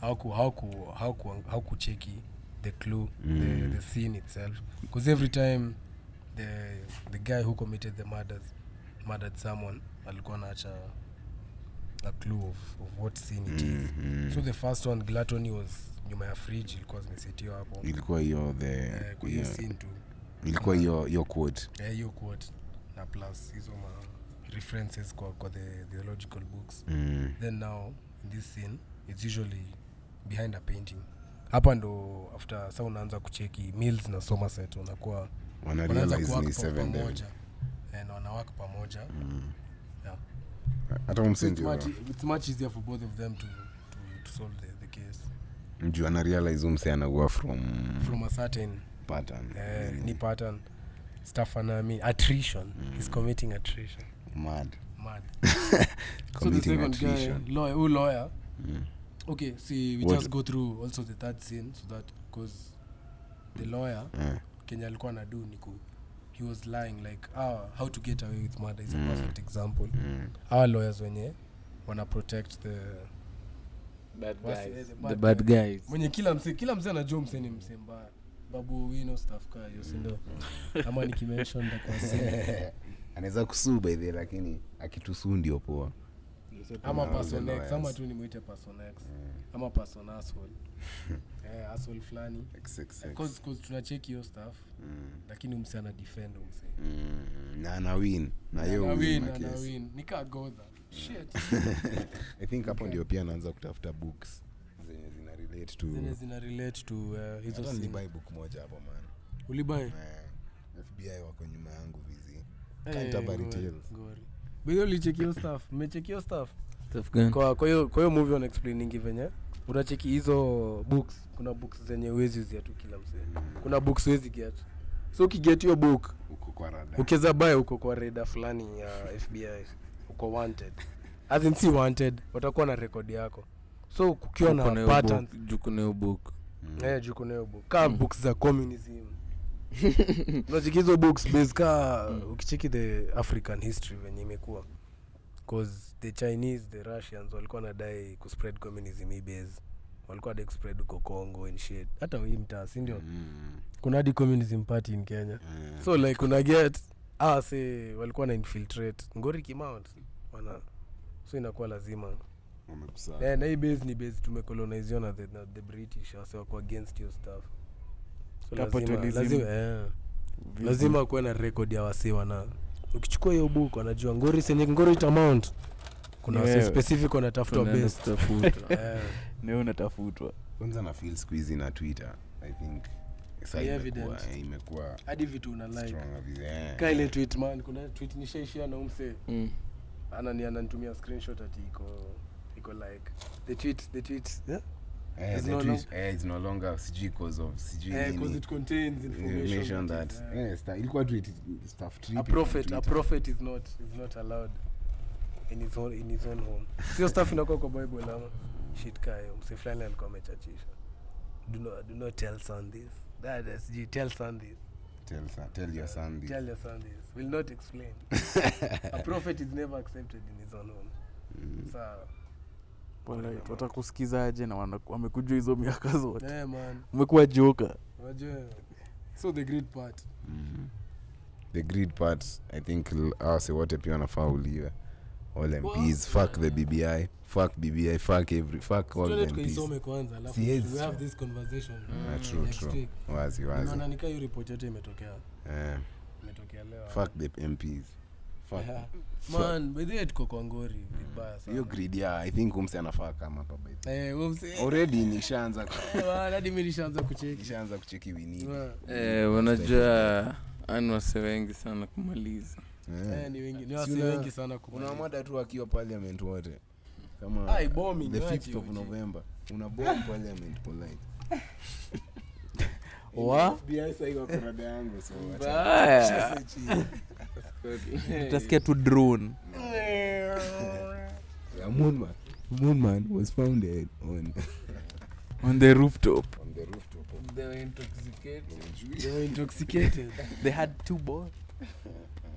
S4: hawaku hawaku hawaku hawakucheki the clue
S3: Mm.
S4: the, the scene itself because every time the, the guy who committed the murders murdered someone alikuwa anaacha a clue of, of what scene it is
S3: Mhm.
S4: so the first one gluttony was nyuma ya fridge ilikuwa zimesetiwa hapo
S3: ilikuwa hiyo the
S4: Eh, kwa hiyo
S3: hiyo-
S4: scene tu
S3: ilikuwa hiyo hiyo quote
S4: Eh, hiyo quote na plus hizo ma references kwa, kwa the theological books
S3: mm.
S4: then now in this scene it's usually behind a painting hapa ndo after sa unaanza kucheki mills na somerset wanakuwa
S3: wana
S4: wanaanza
S3: realize
S4: kuwak
S3: ni seven day
S4: pamoja Eh, na wanawak pamoja
S3: Mm.
S4: Yeah.
S3: hata huyu
S4: so
S3: msee
S4: it's,
S3: ndio
S4: much, it's much easier for both of them to, to, to solve the, the case
S3: Mm. mjuu ana realize huyu msee anagoa from
S4: from a certain
S3: pattern
S4: eh,
S3: Nini?
S4: ni pattern stuff anami attrition
S3: Mm.
S4: he's committing attrition
S3: mad
S4: mad so the
S3: committing
S4: second guy
S3: attrition
S4: lawyer who lawyer
S3: Mm.
S4: okay see we
S3: What-
S4: just go through also the third scene so that because the lawyer
S3: Eh,
S4: kenya alikuwa anadu ni ku he was lying like ah, how to get away with murder is a perfect example
S3: mm.
S4: our lawyers wenye wana protect the
S6: Bad
S4: wasi-
S6: guys.
S4: eh, the
S6: The
S4: bad
S6: bad guys.
S4: mwenye kila mse kila mse anajua mse ni mse mbaya babu wino staff ka hiyo
S3: Mm.
S4: sindo ama nikimention ndakuwa sina.
S3: anaweza kusuu by the way, lakini akitusuu ndio poa
S4: ama
S3: Kuna
S4: person
S3: wale
S4: X, ama
S3: lawyers.
S4: tu nimwite person X. ama person asshole eh, asshole fulani
S3: XXX.
S4: Cause- cause tunacheki hiyo stuff
S3: Mm.
S4: lakini umse ana defend umse
S3: Mm, na anawin na hiyo
S4: Ana
S3: win
S4: win,
S3: na
S4: ana
S3: case.
S4: win. Nika Godha. Shit.
S3: i think hapo ndio pia anaanza kutafuta books zenye zina relate to
S4: Zenye zina relate to uh, hizo
S3: Hata
S4: scene.
S3: nilibuy book moja hapo man
S4: ulibuy
S3: Eh, fbi wako nyuma yangu vizi
S4: Eh,
S3: Canterbury Tales.
S4: bidhi ulichekio staff mmechekio staff
S2: Stuff gani?
S4: kwa kwa hiyo kwa hiyo movie wana explainingi venye unacheki hizo books kuna books zenye uwezi uzia tu kila msee kuna books uwezi get so ukiget hiyo book
S3: huko kwa rada
S4: ukiweza bae uko kwa reda fulani ya fbi uko wanted As in, si wanted watakuwa na rekodi yako so kukiwa
S2: Juu kuna
S4: na
S2: hiyo
S4: patterns
S2: book- Mm. juu kuna hiyo book
S3: Mm.
S4: eh, juu kuna hiyo book kaa books za communism unacheki hizo books base kaa
S2: Mm.
S4: ukicheki the african history venye imekuwa cause the chinese the russians walikuwa nadai kuspread communism hii base walikuwa dai kuspread huko congo and shit hata hii mtaa sindio
S3: Mm,
S4: kuna hadi communism party in kenya
S3: eh,
S4: so like una get ah say walikuwa na infiltrate ngori kimount wana so inakuwa lazima
S3: wamekusanya.
S4: eh, na hii base ni base tumecoloniziwa na the, na the british wase wako against hiyo stuff so lazima,
S5: Capitalism.
S4: lazima, eh, lazima kuwe na record ya wase wana ukichukua hiyo book wanajua ngori senye ngori tamount kuna
S5: Ni
S4: wase
S5: wewe.
S4: specific wanatafutwa
S2: Tunaenda
S4: base
S2: kutafuta.
S4: Eh,
S5: nio unatafutwa
S3: kwanza na feel squeezy na twitter i think Sasa
S4: Ni
S3: imekuwa-
S4: evident.
S3: eh, imekuwa
S4: hadi vitu una like
S3: stronger vizi. Eh,
S4: ka ile tweet man kuna tweet nishaishia na umse
S2: Mm.
S4: anani ananitumia screenshot ati iko iko like the tweet the tweet yeah?
S1: Eh,
S4: It's
S1: the
S4: no
S1: twist- eh, it's no longer sijui cause of sijui
S4: Eh, 'cause
S1: nini.
S4: it contains information
S1: Information that-
S4: eh,
S3: Eh, sta- ilikuwa tu iti- stuff trippy
S4: a
S3: from
S4: prophet a
S3: Twitter.
S4: prophet is not is not allowed in his own in his own home sio stuff inakuwa kwa bible ama shit kayo mse fulani alikuwa amechachisha do not do not tell son this that is you tell son this
S1: Tell son- tell your son this.
S4: tell your son this will not explain a prophet is never accepted in his own home
S1: Mm.
S4: sawa
S5: Polite, watakusikizaje na wana- wamekujua hizo miaka zote
S4: eh man
S5: umekuwa joka
S4: unajua so the great part
S3: Mhm. the greed part i think l- hawa si wote pia wanafaa uliwe all mps fuck the bbi fuck bbi fuck every fuck all
S4: tuende
S3: the mps
S4: tukaisome kwanza alafu
S3: Si yes.
S4: we have this conversation
S3: Ah, true,
S4: next
S3: true.
S4: week
S3: wazi wazi
S4: unaona nikaa hiyo report yote imetokea
S3: Eh,
S4: imetokea leo
S3: fuck the mps fuck
S4: Yeah. man bedhie tuko kwa ngori vibaya sana.
S3: hiyo greed ya i think umse anafaa kama hapa by the
S4: Eh, wewe mse-
S3: way. already nishaanza
S4: Eh, man, hadi mimi nishaanza kucheki
S3: nishaanza kucheki winini
S4: Eh,
S2: eh, wanajua ani wase wengi sana kumaliza
S4: eh, ni wengi ni wasi
S3: una-
S4: wengi sana
S3: kuna
S4: kumaliza.
S3: mwada tu akiwa parliament wote Eh. kama
S4: Ah, bombing,
S3: the
S4: waje,
S3: 5th of
S4: waje.
S3: november una bomb parliament polite
S5: Wa?
S3: FBI sahi wako rada yangu so wacha.
S2: Baya.
S5: utasikia tu drone
S3: Yeah, Moonman. Moonman was founded on
S5: on the rooftop
S3: on the rooftop of
S2: They were intoxicated.
S4: They were intoxicated
S5: they had two boys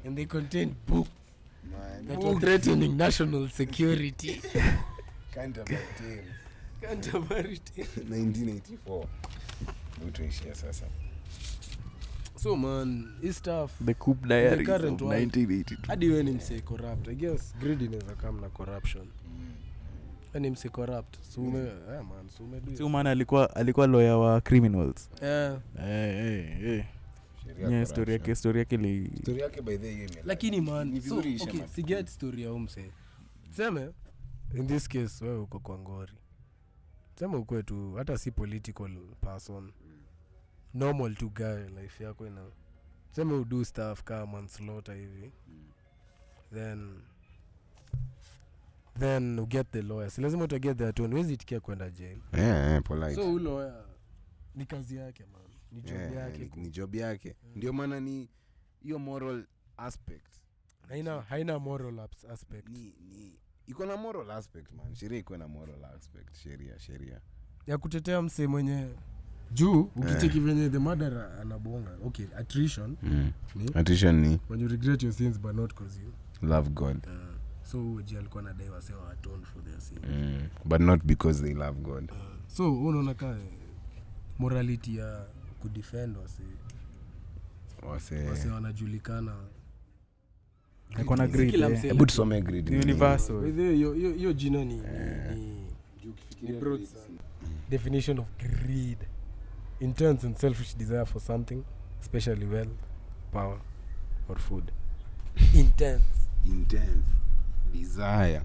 S4: and they contained books
S3: man.
S4: that were threatening national security
S3: Kind of like tales.
S4: Canterbury.
S3: 1984. Ndio tuishia sasa.
S4: so man hii stuff
S5: the coup diaries of
S4: current one.
S5: 1982
S4: hadi we ni msee corrupt i guess greed inaweza come na corruption we ni msee corrupt so ume eh, man so ume
S5: si maana alikuwa alikuwa lawyer wa criminals
S4: eh
S3: Sheria
S5: yeah,
S3: corruption.
S5: story yake story yake li
S3: Story yake by the way ime-
S4: lakini
S3: Ni
S4: man so,
S3: vizuri ishe
S4: okay,
S3: man.
S4: siget story ya umse seme in this case wewe uko kwa ngori sema ukuwe tu hata si political person normal tu guy life yako ina sema udu staff kaa manslota hivi then then uget the lawyer si lazima utaget the attorney wezi itikia kwenda jail
S3: Eh, eh, polite.
S4: so huyu lawyer ni kazi yake man ni job
S3: Eh,
S4: yake
S3: ni-
S4: ku-
S3: ni job yake ndio maana ni hiyo moral aspect
S4: haina haina moral abs- aspect
S3: ni ni iko na moral aspect man sheria iko na moral aspect sheria sheria
S4: ya kutetea msee mwenye juu
S3: Eh.
S4: ukicheki venye the murderer anabonga okay attrition Ni?
S3: attrition Mm. ni
S4: when you regret your sins but not cause you
S3: love god
S4: so uji alikuwa nadai wase wa atone for their sin
S3: mm. but not because they love god
S4: so wewe unaona ka eh, morality ya kudefend wase wase
S3: wase
S4: wanajulikana
S5: alikuwa na greed
S2: Kila
S5: eh.
S2: msee
S3: hebu tusome grid
S5: Ni universal
S4: By the way, hiyo- hiyo hiyo jina ni, ni, ni ni broad sana. definition of greed intense and selfish desire for something especially wealth power or food intense
S3: intense desire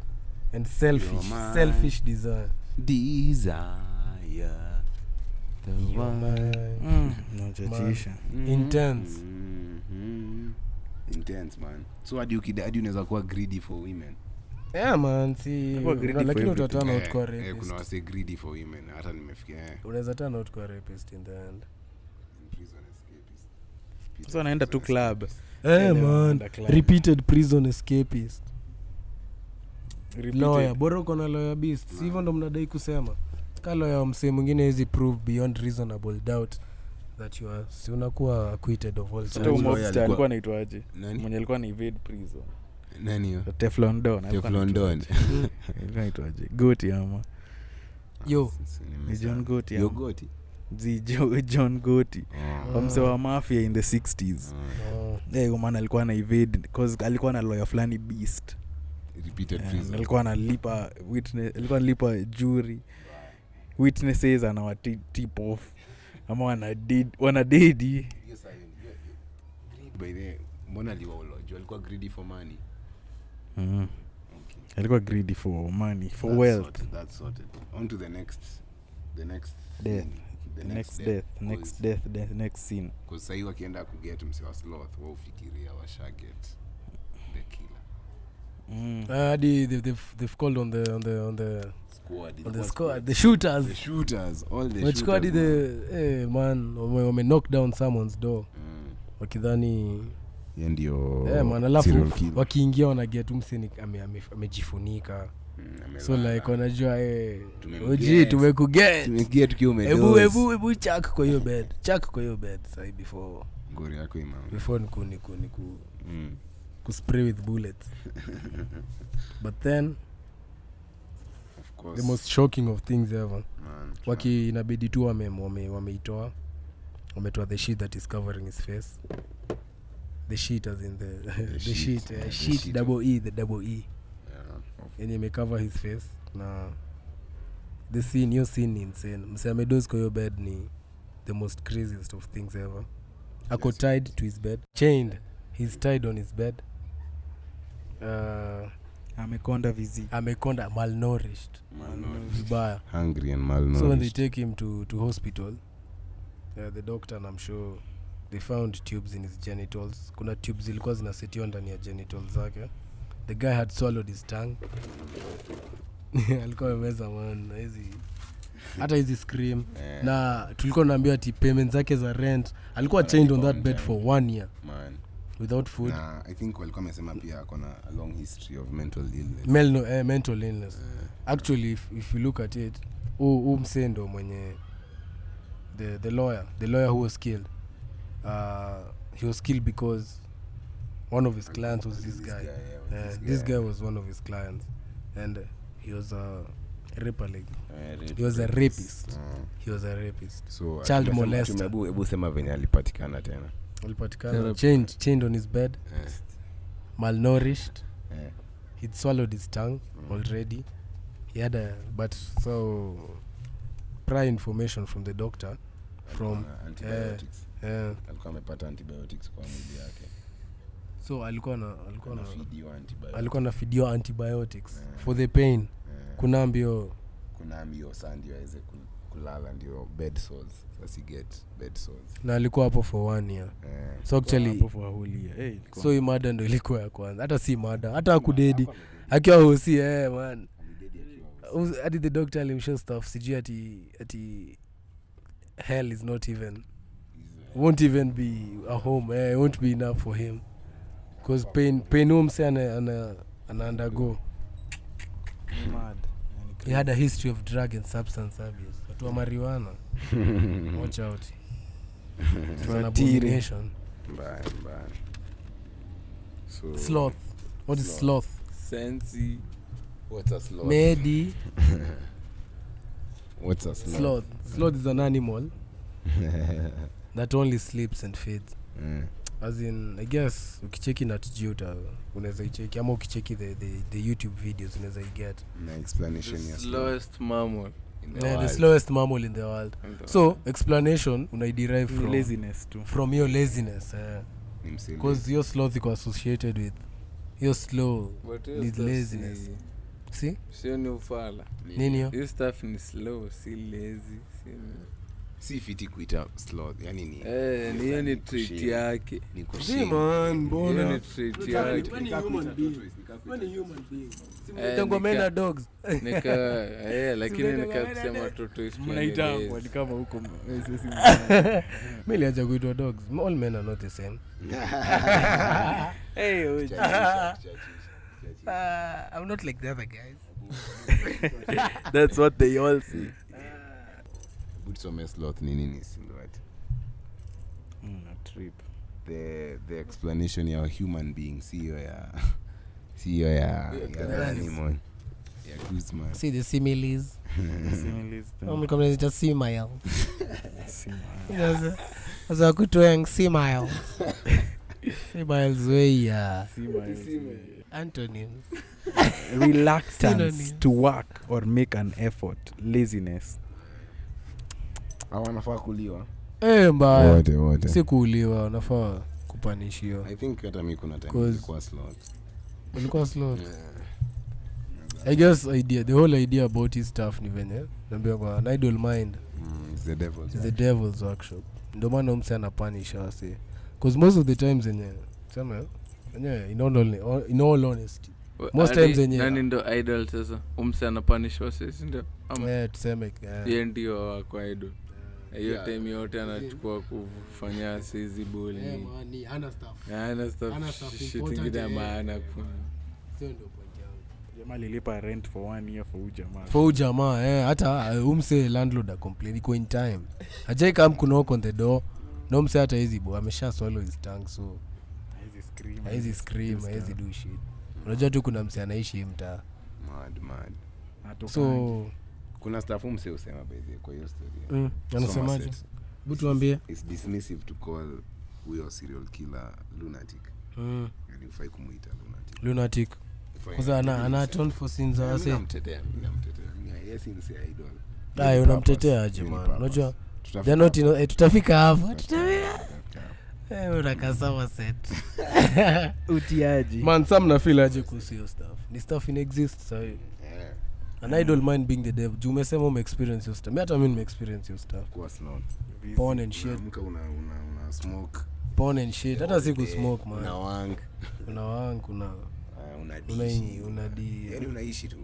S4: and selfish
S3: Your mind.
S4: selfish desire
S3: desire
S5: Mm.
S3: the
S4: Your mind. Mm.
S5: nachatisha
S4: intense
S3: Mhm. intense man so hadi ukida hadi unaweza kuwa greedy for women
S4: yeah man si
S5: Unakuwa greedy
S4: una-
S5: for
S4: lakini
S5: everything.
S4: utatana
S3: Eh,
S4: utkua
S3: eh, kuna
S4: rapist
S3: wase greedy for women hata nimefikia eh,
S4: unaweza tana utkua rapist in the end
S3: in prison escapist.
S5: sasa anaenda tu club
S4: eh
S5: Yeah, they were
S4: man
S5: under clan.
S4: repeated prison escapist
S5: Repeated.
S4: lawyer bora uko na lawyer beast si hivyo ndo mnadai kusema ka lawyer wa msee mwingine hawezi prove beyond reasonable doubt that you are si unakuwa acquitted of all
S5: Hata huyu
S4: charges
S3: Tom-
S5: mobster
S3: alikuwa-
S5: alikuwa anaitwaje
S3: nani
S5: mwenye alikuwa na evade prison
S3: nani hiyo
S5: Yaani, teflon don alikuwa
S3: Teflon
S5: anaitwa-
S3: Don.
S5: alikuwa anaitwaje goti ama
S4: yo
S5: ni john goti
S3: Yo
S5: ama
S3: goti
S5: Zi- Jo- john goti
S3: Oh. Ah.
S5: wamse wa mafia in the 60s
S4: Oh,
S5: Eh, huyo maana alikuwa na evade cause alikuwa na lawyer fulani beast
S3: repeated
S5: Eh,
S3: prison
S5: alikuwa analipa witness- alikuwa analipa jury witnesses anawa ti- tip off ama wanadid- wanadedi
S3: Hiyo saa hiyo- hiyo- hiyo- by the way, mbona aliwaolo juu alikuwa greedy for money
S5: mm. alikuwa greedy for money for
S3: That's
S5: wealth
S3: sorted, that's sorted. On to the next the next
S5: Death.
S3: thing, the
S5: next, death, next
S3: Cause-
S5: death, death next sin
S3: cause sahii wakienda kuget msi wa sloth waufikiria washaget the killer
S5: Mm.
S4: Uh, hadi they, they've, they've called on the on the on the on the squad the shooters
S3: The shooters, all the
S4: wachukua hadi
S3: shooters,
S4: the eh, man wame, wame knock down someone's door
S3: Mm.
S4: wakidhani
S3: Yeye ndio
S4: Eh, man, alafu-
S3: Oh, serial killer.
S4: wakiingia wanaget mseni ame- ame- amejifunika ame
S1: Mm, amelala.
S4: so like wanajua eh,
S1: Tumemget.
S4: oji tumekuget
S3: Tumeingia tukiwa
S4: hebu
S3: umedoze.
S4: hebu hebu chak kwa hiyo bed chak kwa hiyo bed sahi before
S3: Ngori yako imam.
S4: before niku niku niku
S3: Mm.
S4: kuspray with bullets but then
S3: Of course,
S4: the most shocking of things ever
S3: man.
S4: waki inabidi tu wame- wame- wameitoa wametoa the sheet that is covering his face the sheet as in the, the,
S3: sheet,
S4: sheet, uh,
S3: yeah, the
S4: sheet
S3: sheet.
S4: double e the double e
S3: Yeah.
S4: yenye imecover his face na the scene hiyo scene ni insane mse amedoze kwa hiyo bed ni the most craziest of things ever ako
S3: Yes.
S4: tied to his bed chained he's tied on his bed uh,
S5: amekonda vizi
S4: amekonda malnourished vibaya
S3: Hungry and
S4: so when they
S3: malnourished.
S4: take him to, to hospital uh, the doctor and i'm sure they found tubes in his genitals kuna tubes zilikuwa zinasetiwa ndani ya genitals zake the guy had swallowed his tongue alikuwa ameweza man hizi hata hizi scream
S3: Eh,
S4: na tulikuwa naambiwa ati payment zake za rent alikuwa chained on that bed for one year
S3: man.
S4: without food
S3: Na I think walikuwa wamesema pia ako na a long history of mental illness.
S4: Mel no, eh, mental illness actually if, if you look at it huu msee ndo mwenye the, the lawyer the lawyer who was killed uh, he was killed because one of his clients was this guy
S3: yeah, was
S4: uh, this guy was one of his clients and uh, he was a raper like
S1: Eh, rape.
S4: he was a rapist
S3: Mm.
S4: he was a rapist
S3: So, uh,
S4: Child
S3: tumesema-
S4: molester.
S3: tume- hebu- hebu sema venye alipatikana tena
S4: alipatikana chained, chained on his bed
S3: Eh,
S4: malnourished
S3: eh.
S4: he'd swallowed his tongue already he had a but so prior information from the doctor from eh.
S3: Alikuwa na antibiotics.
S4: uh,
S3: alikuwa amepata antibiotics kwa mwili yake
S4: so alikuwa na alikuwa na
S3: anafidiwa antibiotics.
S4: alikuwa anafidiwa antibiotics
S3: Eh.
S4: for the pain
S3: Eh,
S4: kuna mbio
S3: kuna mbio saa ndio aweze ku- kulala ndio bed sores sasiget bed sores
S4: na alikuwa hapo for one year
S3: Eh,
S4: so actually so
S5: so
S4: hii mada ndo ilikuwa ya kwanza hata si mada hata akudedi akiwa husi eh, man Husi- hadi the doctor alimshow stuff sijui ati ati hell is not even won't even be a home eh, won't be enough for him because pain pain huu mse ana, ana, ana undergo he had a history of drug and substance abuse watu wa marijuana
S3: Mm.
S4: watch out It's an abomination
S1: Mbaya, mbaya.
S3: so
S4: sloth what is sloth
S2: sensi
S3: what's a sloth?
S4: medi
S3: What's a sloth?
S4: sloth sloth is an animal that only sleeps and feeds
S3: Eh,
S4: as in i guess ukicheki natg uta unaweza icheki ama ukicheki the, the, the youtube videos unaweza iget
S3: na
S2: the
S3: explanation ya sloth.
S2: slowest mammal in the
S4: the, the
S2: world.
S4: slowest mammal in the world
S2: In the
S4: so explanation unaiderive from,
S5: laziness tu
S4: from your laziness
S3: Ni msele-
S4: because your sloth iko associated with your slow
S2: But
S4: Ni
S2: hiyo stuff
S4: laziness.
S2: ni-
S4: si
S2: sio ni ufala
S4: nini hiyo
S2: hiyo stuff ni slow si lazy si ni-
S3: si fiti kuita sloth yani ni
S2: eh, ni hiyo ni trait
S3: kushame.
S2: yake
S3: ni
S4: Si,
S3: kushame.
S4: man,
S2: hiyo
S4: mbona
S2: ni trait yake Eh,
S4: Tengwa men
S2: nika-
S4: are dogs
S2: nika eh, lakini
S4: Mnaitangwa
S2: nika
S4: men are
S2: kusema
S4: dead.
S2: toto is
S5: mnaitangwa
S2: Chinese.
S5: ni kama huko eh,
S4: Eh. mi liacha kuitwa dogs all men are not the same uh, i'm not like the other guys
S2: That's what they all see.
S3: Hebu tusome sloth ni nini silhouette.
S5: Mm,
S3: the the explanation ya human being siyo ya siyo ya ya animal ya Guzman.
S4: see the similes Hmm. Oh mkamnazita simile za kutoyang simile similes way ya antonyms
S5: reluctance
S4: Synonyms.
S5: to work or make an effort laziness
S3: Hawa wanafaa kuliwa
S4: Eh, mbaya
S3: wote wote
S4: si kuuliwa unafaa kupanishiwa
S3: i think hata mi kuna time
S4: Cause-
S3: nilikuwa sloth
S4: ulikuwa slow i guess idea the whole idea about his stuff ni venye naambia kwa an idle mind
S3: Mm, it's the devil
S4: is the devil's workshop ndio maana mse anapanish wase bcause most of the time zenye sema wenyewe in all hone- in all honesty Most
S2: Ati,
S4: times yenye-
S2: nani ndo idol sasa umse anapanishwa sisi ndio ama
S4: Eh, tuseme eh,
S2: yeye ndio wako idol hiyo
S7: Yeah.
S2: time yote anachukua kufanya sizi
S4: eh,
S2: buli
S4: maana hana stuff.
S2: ana
S4: Ana
S2: stuff
S4: stuff
S2: shit
S4: important,
S2: ingine ya
S4: eh.
S2: maana kufanya.
S4: Hiyo ndio point yangu.
S5: jamaa lilipa rent for one year for huyu jamaa
S4: for huu jamaa eh, hata eh, umse landlord acomplain iko in time ajai kam knock on the door no mse hata hezi bo amesha swallow his tongue so
S5: Haezi scream, uh,
S4: hawezi scream hawezi do shit unajua tu kuna mse anaishi hii mtaa
S3: mad mad
S5: hatokangi.
S4: so
S3: kuna staff umse usema baidhi kwa hiyo story
S4: mm, anasemaje
S3: Somerset.
S4: hebu tuambie
S3: it's dismissive to call huyo serial killer lunatic
S4: mm,
S3: yani ufai kumuita lunatic
S4: lunatic
S3: Ufai-
S4: kwanza ana, ana atone for sins za wase
S3: Unamtetea, unamtetea. Mimi, yes, ni si idol.
S4: ay
S3: Ni
S4: unamtetea
S3: purpose,
S4: aje
S3: ni
S4: man
S3: purpose.
S4: unajua
S3: Tutafika
S4: they're not ino- eh, tutafika Eh, hapa
S3: hapa.
S4: tutakasamaset
S5: utiaji
S4: man sam nafil aje kuhusu hiyo stuff ni stuff inaexist sahii
S3: Eh,
S4: and i don't mind being the devil juu umesema umeexperience hiyo stuff mi hata mi nimeexperience hiyo stuff
S3: kuwa slow.
S4: porn and shit
S3: Unaamka, una- una- una smoke,
S4: porn and shit hata si kusmoke
S3: una
S4: man
S3: wank,
S4: una wank una
S3: eh, una
S4: unaishi
S3: dishi,
S4: una di
S3: yani unaishi tu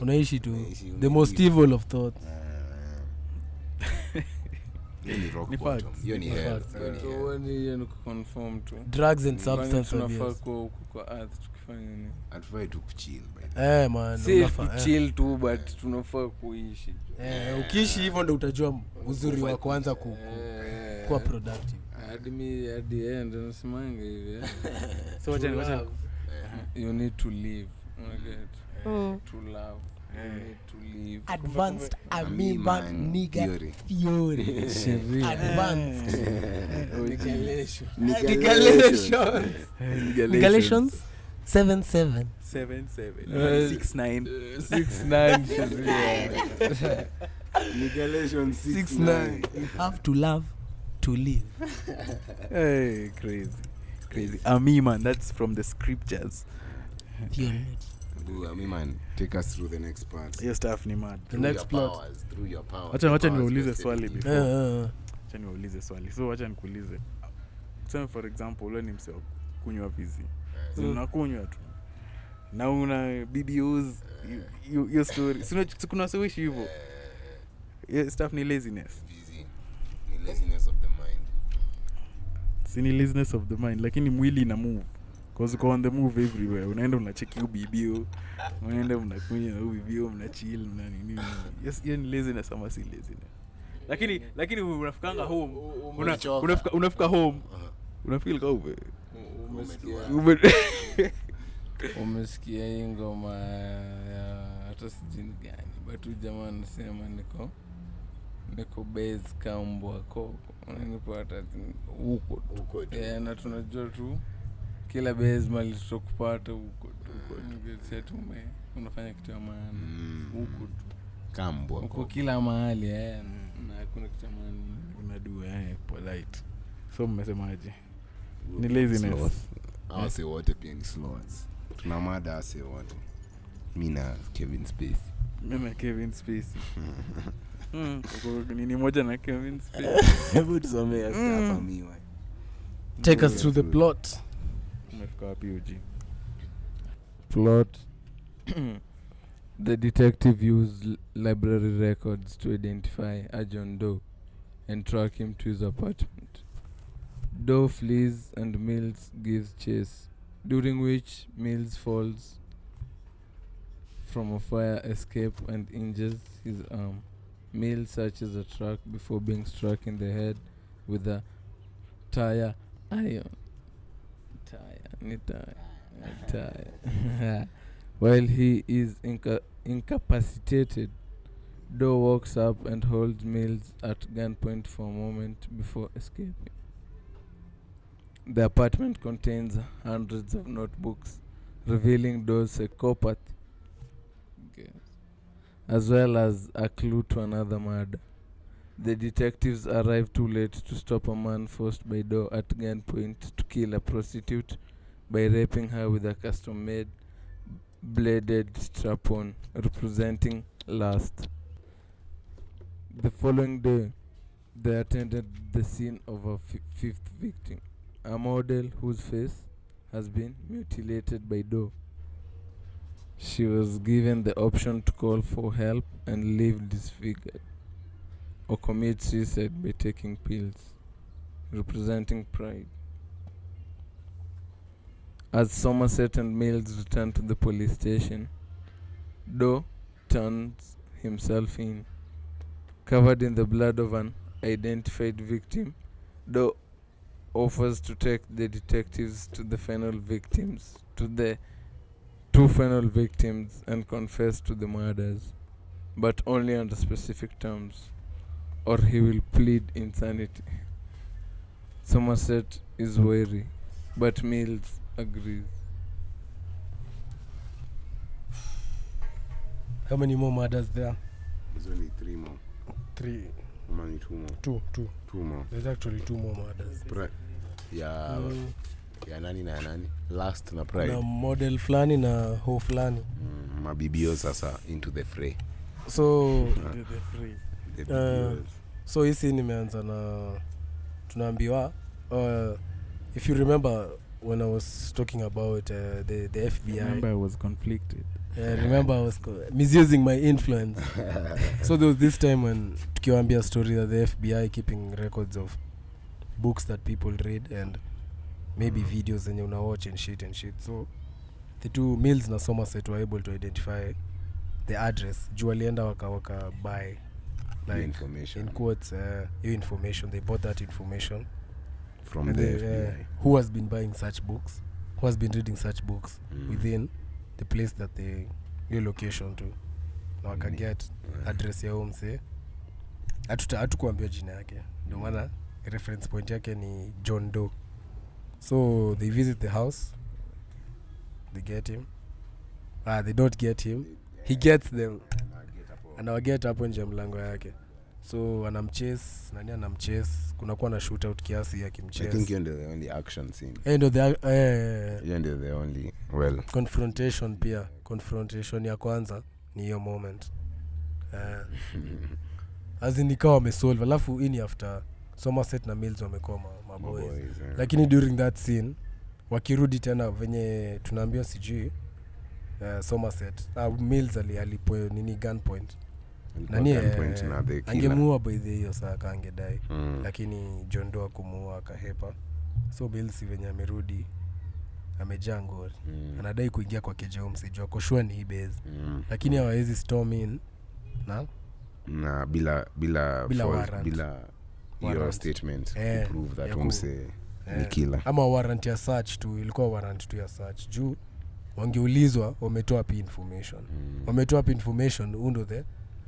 S4: unaishi tu
S3: Unaishi,
S4: the
S3: unaishi.
S4: most evil of thoughts
S3: Eh, Hiyo ni rock
S5: Ni
S3: bottom.
S5: facts,
S3: Hiyo ni
S4: ni
S3: hell,
S4: facts.
S3: hiyo ni
S2: So,
S3: hell.
S2: when hiyo ni kuconform tu
S4: drugs and
S2: Kwani
S4: substance
S2: tunafaa
S4: abuse
S2: kuwa huku kwa earth tukifanya nini
S3: Hatufai tu kuchill, by the way.
S4: eh man
S2: si
S4: unafaa- eh.
S2: kuchill tu but tunafaa kuishi
S4: Eh, ukiishi hivyo ndo utajua uzuri wa kuanza ku- ku-
S2: Eh,
S4: kuwa productive
S2: hadi mi hadi end nasemanga hivi eh.
S5: So wacha-
S2: To
S5: wacha-
S2: love, Eh. you need to live unaget to love you need to live
S4: advanced
S3: Ami
S4: amoeba
S3: man
S4: nigger
S3: theory.
S4: theory advanced
S3: Nigalation.
S4: Galatians 77
S5: Seven, seven,
S2: Eh,
S5: six, nine.
S2: Eh, six nine kizia.
S3: Nigalation
S4: 69 you have to love to live
S5: Hey, crazy, crazy. Ami man, that's from the scriptures.
S4: theology
S3: Boo, Ami man, take us through the next part.
S5: Hiyo stuff ni mad.
S4: The
S3: Through
S4: next
S3: your
S4: plot.
S3: powers, through your powers.
S5: Wacha- wacha
S3: Powers
S5: niwaulize
S3: vested
S5: swali
S3: in you.
S5: before.
S4: Eh, eh, eh.
S5: Wacha niwaulize swali. So wacha nikuulize. Tuseme for example, wewe ni msee wa kunywa vizi. So
S4: Mm.
S5: unakunywa tu. Na una BBOs, you- you- your story. Si unaj- si kuna wasee huishi hivyo. Hiyo stuff ni laziness.
S3: Busy. Ni laziness of the mind.
S5: si ni laziness of the mind lakini mwili ina move cause uko on the move everywhere unaenda unacheki ubibio unaenda mnakunywa na ubibio mnachill mna nini nini. Yes, hiyo ni laziness ama si laziness lakini lakini unafikanga home una-
S3: umechoka. Uh-huh.
S5: unafika- unafika home unafeel kama ume-
S3: Umesikia.
S5: ume-
S2: umesikia hii ngoma ya hata sijini gani but huyu jamaa anasema niko niko base kambwa koko unanipo hata huko tu
S3: Huko tu.
S2: yeah, na tunajua tu kila base mali tutakupata huko tu huko tu Gilsia tu ume- unafanya kitu ya maana
S3: Mm.
S2: huko tu
S3: Kambwa.
S2: huko kila mahali eh, na hakuna kitu ya maana
S5: Mm. unadua eh, polite so mmesemaje ni
S3: Sloth.
S5: laziness
S4: Eh?
S3: Hawa wasee wote pia ni slots. Tuna mada hawa wasee wote. Mi na Kevin Spacey.
S5: mimi na Kevin Spacey Mm, uko nini moja na Kevin Spacey
S3: Hebu tusomee hapa mi wa-
S4: take us through the plot
S5: umefika wapi uji
S2: plot the detective used l- library records to identify Ajon Doe and track him to his apartment. Doe flees and Mills gives chase, during which Mills falls from a fire escape and injures his arm. Mills searches a truck before being struck in the head with a tire iron. Tire, ni tire, ni tire. While he is inca- incapacitated, Doe walks up and holds Mills at gunpoint for a moment before escaping. The apartment contains hundreds of notebooks revealing Doe's psychopathy, as well as a clue to another murder. The detectives arrive too late to stop a man forced by Doe at gunpoint to kill a prostitute by raping her with a custom made bladed strap on representing lust. The following day, they attended the scene of a fi- fifth victim, a model whose face has been mutilated by Doe. She was given the option to call for help and leave disfigured or commit suicide by taking pills, representing pride. As Somerset and Mills return to the police station, Doe turns himself in. Covered in the blood of an identified victim, Doe offers to take the detectives to the final victims, to the two final victims, and confess to the murders, but only under specific terms, or he will plead insanity. Somerset is wary, but Mills agrees.
S4: how many more murders there
S3: There's only three more.
S4: three
S3: Only two more.
S4: two two
S3: Two more.
S4: there's actually two more murders
S3: Pri- ya,
S4: Mm,
S3: ya nani na ya nani? Last na
S4: na
S3: pride.
S4: model fulani na ho fulani
S3: Mm, mabibio sasa into the fray.
S4: so
S3: The
S4: Uh,
S3: bibios.
S4: so hisi nimeanza na tunaambiwa uh, if you remember when i was talking about uh, the, the fbi
S5: Remember, I was conflicted.
S4: Yeah, I remember I was co- misusing my influence. so there was this time when tukiwaambia story that the FBI keeping records of books that people read and maybe
S3: Mm.
S4: videos zenye una watch and shit and shit. So the two Mills na Somerset were able to identify the address. Juu walienda waka waka buy
S3: The
S4: like
S3: information
S4: in quotes uh, hiyo information they bought that information
S3: from
S4: And
S3: the
S4: they, uh,
S3: FBI.
S4: who has been buying such books who has been reading such books
S3: Mm.
S4: within the place that they hiyo location to na
S3: Ni-
S4: wakaget address ya huyo msee Hatuta- hatukuambiwa jina yake ndio maana reference point yake ni john doe so they visit the house they get him ah, they don't get him he gets them anawaget hapo nje ya mlango yake so anamchase nani anamchase kunakuwa na shootout kiasi
S3: I think
S4: akimchase
S3: hiyo ndio the only action scene.
S4: ndo the eh, eh, eh,
S3: Hiyo ndio the only well
S4: confrontation pia confrontation ya kwanza ni hiyo moment uh, azinikawa wamesolve alafu ini after somerset na mills wamekuwa ma- maboys
S3: maboys, eh.
S4: lakini during that scene wakirudi tena venye tunaambiwa sijui uh, somerset uh, mills ali, alipo nini gunpoint
S3: Ilikuwa
S4: nani
S3: gunpoint na the
S4: eh,
S3: killer.
S4: angemuua by the hiyo saa ka angedai
S3: Mm.
S4: lakini jondoa kumuua akahepa so bilsi venye amerudi amejaa ngori
S3: Mm.
S4: anadai kuingia kwa kejeo msijua koshua ni hii base
S3: Mm.
S4: lakini hawawezi storm in na
S3: na bila bila
S4: Bila
S3: false-
S4: warrant.
S3: bila hiyo
S4: Warrant.
S3: statement
S4: Eh,
S3: to prove that
S4: ya ku-
S3: umse ni
S4: eh,
S3: killer
S4: ama warrant ya search tu ilikuwa warrant tu ya search juu wangeulizwa wametoa pi information
S3: mm,
S4: wametoa pi information huu ndo the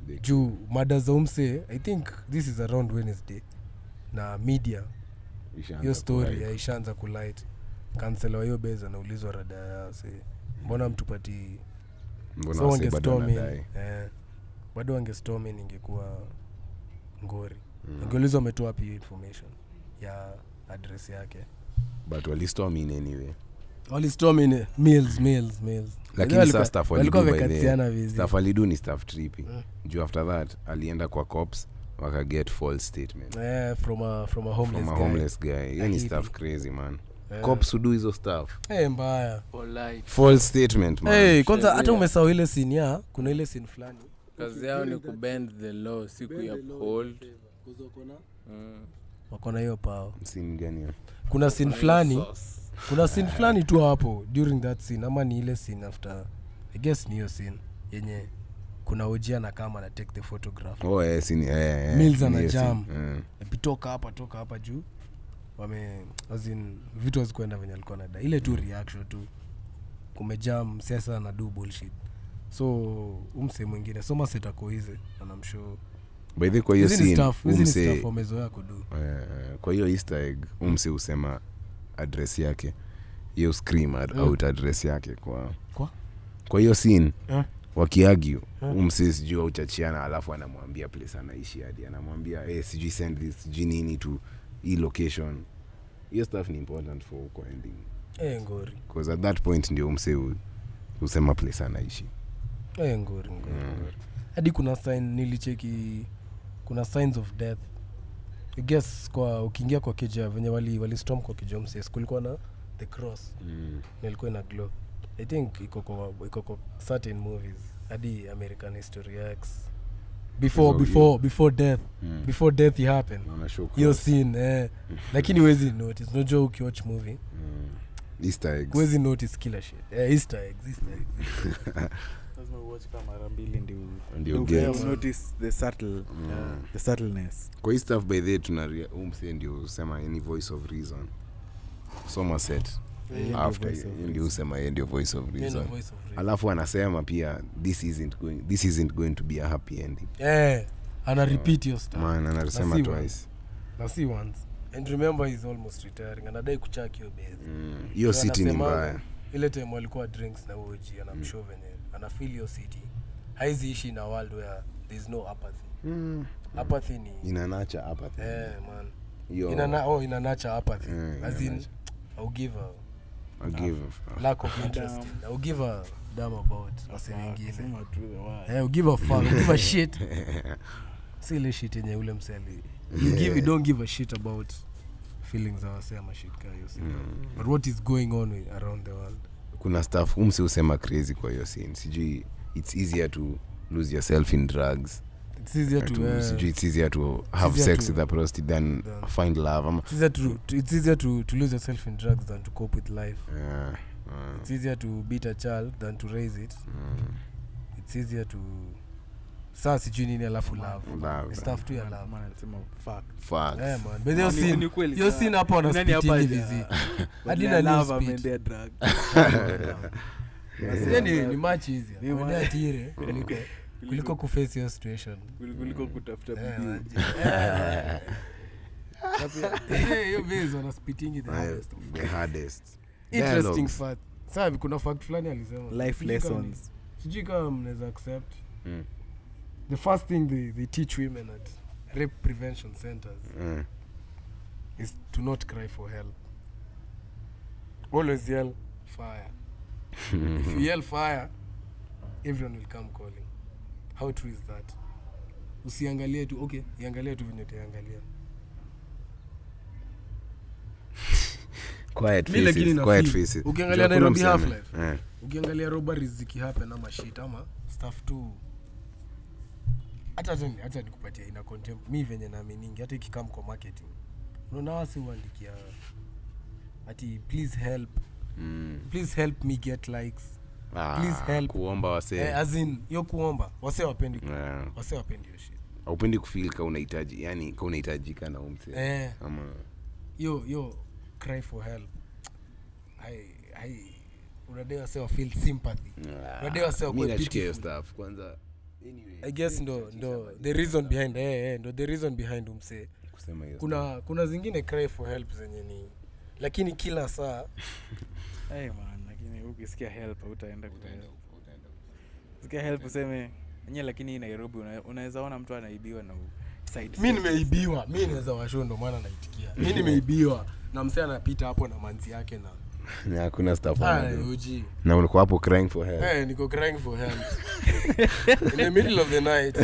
S3: The-
S4: juu mada za umse i think this is around wednesday na media
S3: Ishaanza
S4: hiyo story
S3: kulike.
S4: ya ishaanza kulight kansela wa hiyo base anaulizwa rada yao si mbona mtupatii
S3: Mbona
S4: so
S3: wasee bado
S4: wangestorm in,
S3: wanadai?
S4: eh, bado wangestorm in ingekuwa ngori
S3: Mm.
S4: angeulizwa ametoa wapi hiyo information ya address yake
S3: but walistorm in anyway lakini saa staff
S4: walikuwa
S3: walidu by the-
S4: wamekatiana vizi
S3: staff walidu ni staff trippy
S4: Eh.
S3: juu after that alienda kwa cops wakaget false statement
S4: Eh, from a, from a homeless
S3: from a
S4: guy.
S3: homeless guy hiyo ni
S4: Akibi.
S3: staff crazy man
S4: Eh.
S3: cops hudu hizo staff
S4: Eh, mbaya
S3: false statement man
S4: Eh, kwanza hata
S2: Sheria.
S4: umesahau ile sin ya kuna ile sin fulani
S2: kazi yao ni kubend the law si kuuphold mm.
S4: wako na hiyo pao
S3: Scene gani hiyo?
S4: kuna sin fulani kuna sin fulani tu hapo during that scene ama ni ile scene after i guess ni hiyo scene yenye kuna ojia na kama na take the photograph
S3: oh eh, scene, eh, eh,
S4: Mills
S3: scene,
S4: ana
S3: eh,
S4: jam.
S3: scene, eh.
S4: pitoka hapa toka hapa juu wame as in, vitu hazikwenda venye alikuwa nada ile
S3: Mm.
S4: tu reaction tu kumejaa msiasa na do bullshit so umse mwingine somasetakoize anamsho
S3: by the way, kwa hiyo
S4: hizi ni
S3: scene
S4: staff hizi ni
S3: umse-
S4: staff wamezoea kudu
S3: eh, kwa hiyo easter egg umse husema address yake hiyo scream mm. out address yake kwa
S4: Kwa?
S3: kwa hiyo scene
S4: Eh.
S3: wakiagyu
S4: Mm.
S3: umse sijui auchachiana alafu anamwambia place anaishi hadi anamwambia hey, sijui send this sijui nini to hii location hiyo stuff ni important for huko ending
S4: eh ngori
S3: because at that point ndio umse hu- husema place anaishi
S4: eh ngori ngori
S3: Mm.
S4: ngori. hadi kuna sign nilicheki kuna signs of death I guess kwa ukiingia kwa kija venye wali, wali storm kwa kijomses kulikuwa na the cross
S3: mm.
S4: nilikuwa na glow i think iko kwa- iko kwa certain movies hadi american history x before
S3: Hizo-
S4: before before death
S3: Mm.
S4: before death i happen
S3: Wanashuka.
S4: hiyo scene eh, lakini huwezi notice unajua ukiwatch movie
S3: Mm. Easter eggs.
S4: huwezi notice kila shit eh, easter eggs easter eggs
S5: lazima uwatch kama mara mbili ndio
S3: Ndio
S5: Okay,
S3: get.
S5: notice the subtle,
S3: Mm.
S5: the subtleness.
S3: kwa hii stuff by the tuna umse ndio usema any voice of reason somerset
S5: ndio
S3: after
S5: voice of
S3: hiyo ndio usema yeye ndio voice of
S4: Hiyo ndio
S3: reason
S4: Eh, voice of reason.
S3: alafu anasema pia this isn't going, this isn't going to be a happy ending
S4: eh ana repeat hiyo stuff
S3: maana anasema
S4: Ah, Lazima.
S3: twice
S4: na si once and remember he's almost retiring anadai kuchak hiyo base
S3: Mm. hiyo
S4: So
S3: city ni
S4: anasema-
S3: mbaya
S4: ile time walikuwa drinks na uji anamshow
S3: Mm.
S4: venye anafeel hiyo city haizi ishi na world where there's no apathy
S3: Mm.
S4: apathy ni
S3: inanacha apathy
S4: eh, man
S3: Yo,
S4: Inana, oh, inanacha apathy
S3: Mm,
S4: as in
S3: inanacha.
S4: I'll give a
S3: I give a fuck.
S4: lack of interest I'll give a damn about wase wengine
S5: Sema tu the word.
S4: eh, I'll give a fuck I'll give a shit si ile shit yenye ule mseli you give you don't give a shit about feelings za wase ama shit ka hiyo si
S3: Mm.
S4: but what is going on with- around the world
S3: kuna stuff umsi usema crazy kwa hiyo scene sijui it's easier to lose yourself in drugs
S4: it's easier to,
S3: to,
S4: eh,
S3: sijui it's easier to have
S4: easier
S3: sex
S4: to-
S3: with a prostitute than
S4: than-
S3: find love ama
S4: it's easier to, to it's easier to, to lose yourself in drugs than to cope with life
S3: yeah, uh,
S4: Eh, it's easier to beat a child than to raise it
S3: mm,
S4: it's easier to saa sijui nini alafu love
S3: love,
S4: Ni stuff tu ya
S5: Maana-
S4: love
S5: maana anasema fuck.
S3: fuck.
S4: Eh, man. But hiyo
S2: Ni-
S4: scene-
S2: ni kweli
S4: hiyo
S2: sana.
S4: scene hapa wana
S2: Nani hapa
S4: spitini
S2: haja-
S4: vizi Hadi
S5: Waendea
S4: na new
S5: love,
S4: speech.
S5: waendea drug.
S4: Yaani ni machi hizi
S5: Ni ma-
S4: Waendea tire kuliko kuliko kuface hiyo situation
S2: kuliko kutafuta
S4: Eh,
S2: bidii.
S4: waje. Eh. Eh, hiyo base wana spitingi the
S3: Uh,
S4: hardest of
S3: the hardest
S4: interesting
S3: Dialogues.
S4: fact saa kuna fact fulani alisema
S5: Life
S4: Sijui kama-
S5: lessons.
S4: sijui kama mnaweza accept
S3: Mm.
S4: the first thing they, they teach women at rape prevention centers
S3: Mm.
S4: is to not cry for help always yell fire if
S3: Mhm.
S4: you yell fire everyone will come calling how true is that usiangalie tu okay iangalie tu venye utaangalia
S3: Quiet
S4: Mi lakini
S3: faces,
S4: na
S3: quiet
S4: feel.
S3: faces.
S4: Ukiangalia
S3: Jua kuna
S4: Nairobi
S3: msemo.
S4: Half-Life.
S3: Eh,
S4: ukiangalia robberies zikihappen ama shit ama stuff tu hata hata- hata nikupatia ina content mi venye naaminingi hata ikikam kwa marketing unaona wasi uandikia ati please help
S3: mm.
S4: please help me get likes
S3: Ah,
S4: Please help.
S3: kuomba
S4: yeah.
S3: wasee
S4: as in yo kuomba wase wapendi
S3: Yeah.
S4: wase wapendi hiyo shit
S3: aupendi kufil ka unahitaji yani ka unahitajika na umse
S4: eh,
S3: ama
S4: yo yo cry for help hai hai unadai wase wa feel sympathy Unadai wase wa
S3: ah, mi
S4: kuwa
S3: nachukia hiyo
S4: pitiful.
S3: stuff kwanza anyway,
S4: i guess ndo ndo the reason behind eh, eh, ndo the reason behind umsee
S3: kusema hiyo
S4: kuna kuna zingine cry for help zenye ni lakini kila saa
S5: Hey man, lakini ukisikia help hautaenda kutaenda. Sikia help useme nye lakini hii Nairobi una- unaweza ona mtu anaibiwa na u- side
S4: mi
S5: scene."
S4: nimeibiwa mi naweza washo ndo maana naitikia mi nimeibiwa na msee anapita hapo na manzi yake na
S3: stuff. Na hakuna stuff
S4: Ah, Eh,
S3: wanadu.
S4: uji
S3: na ulikuwa hapo crying for help
S4: hey, niko crying for help in the middle of the night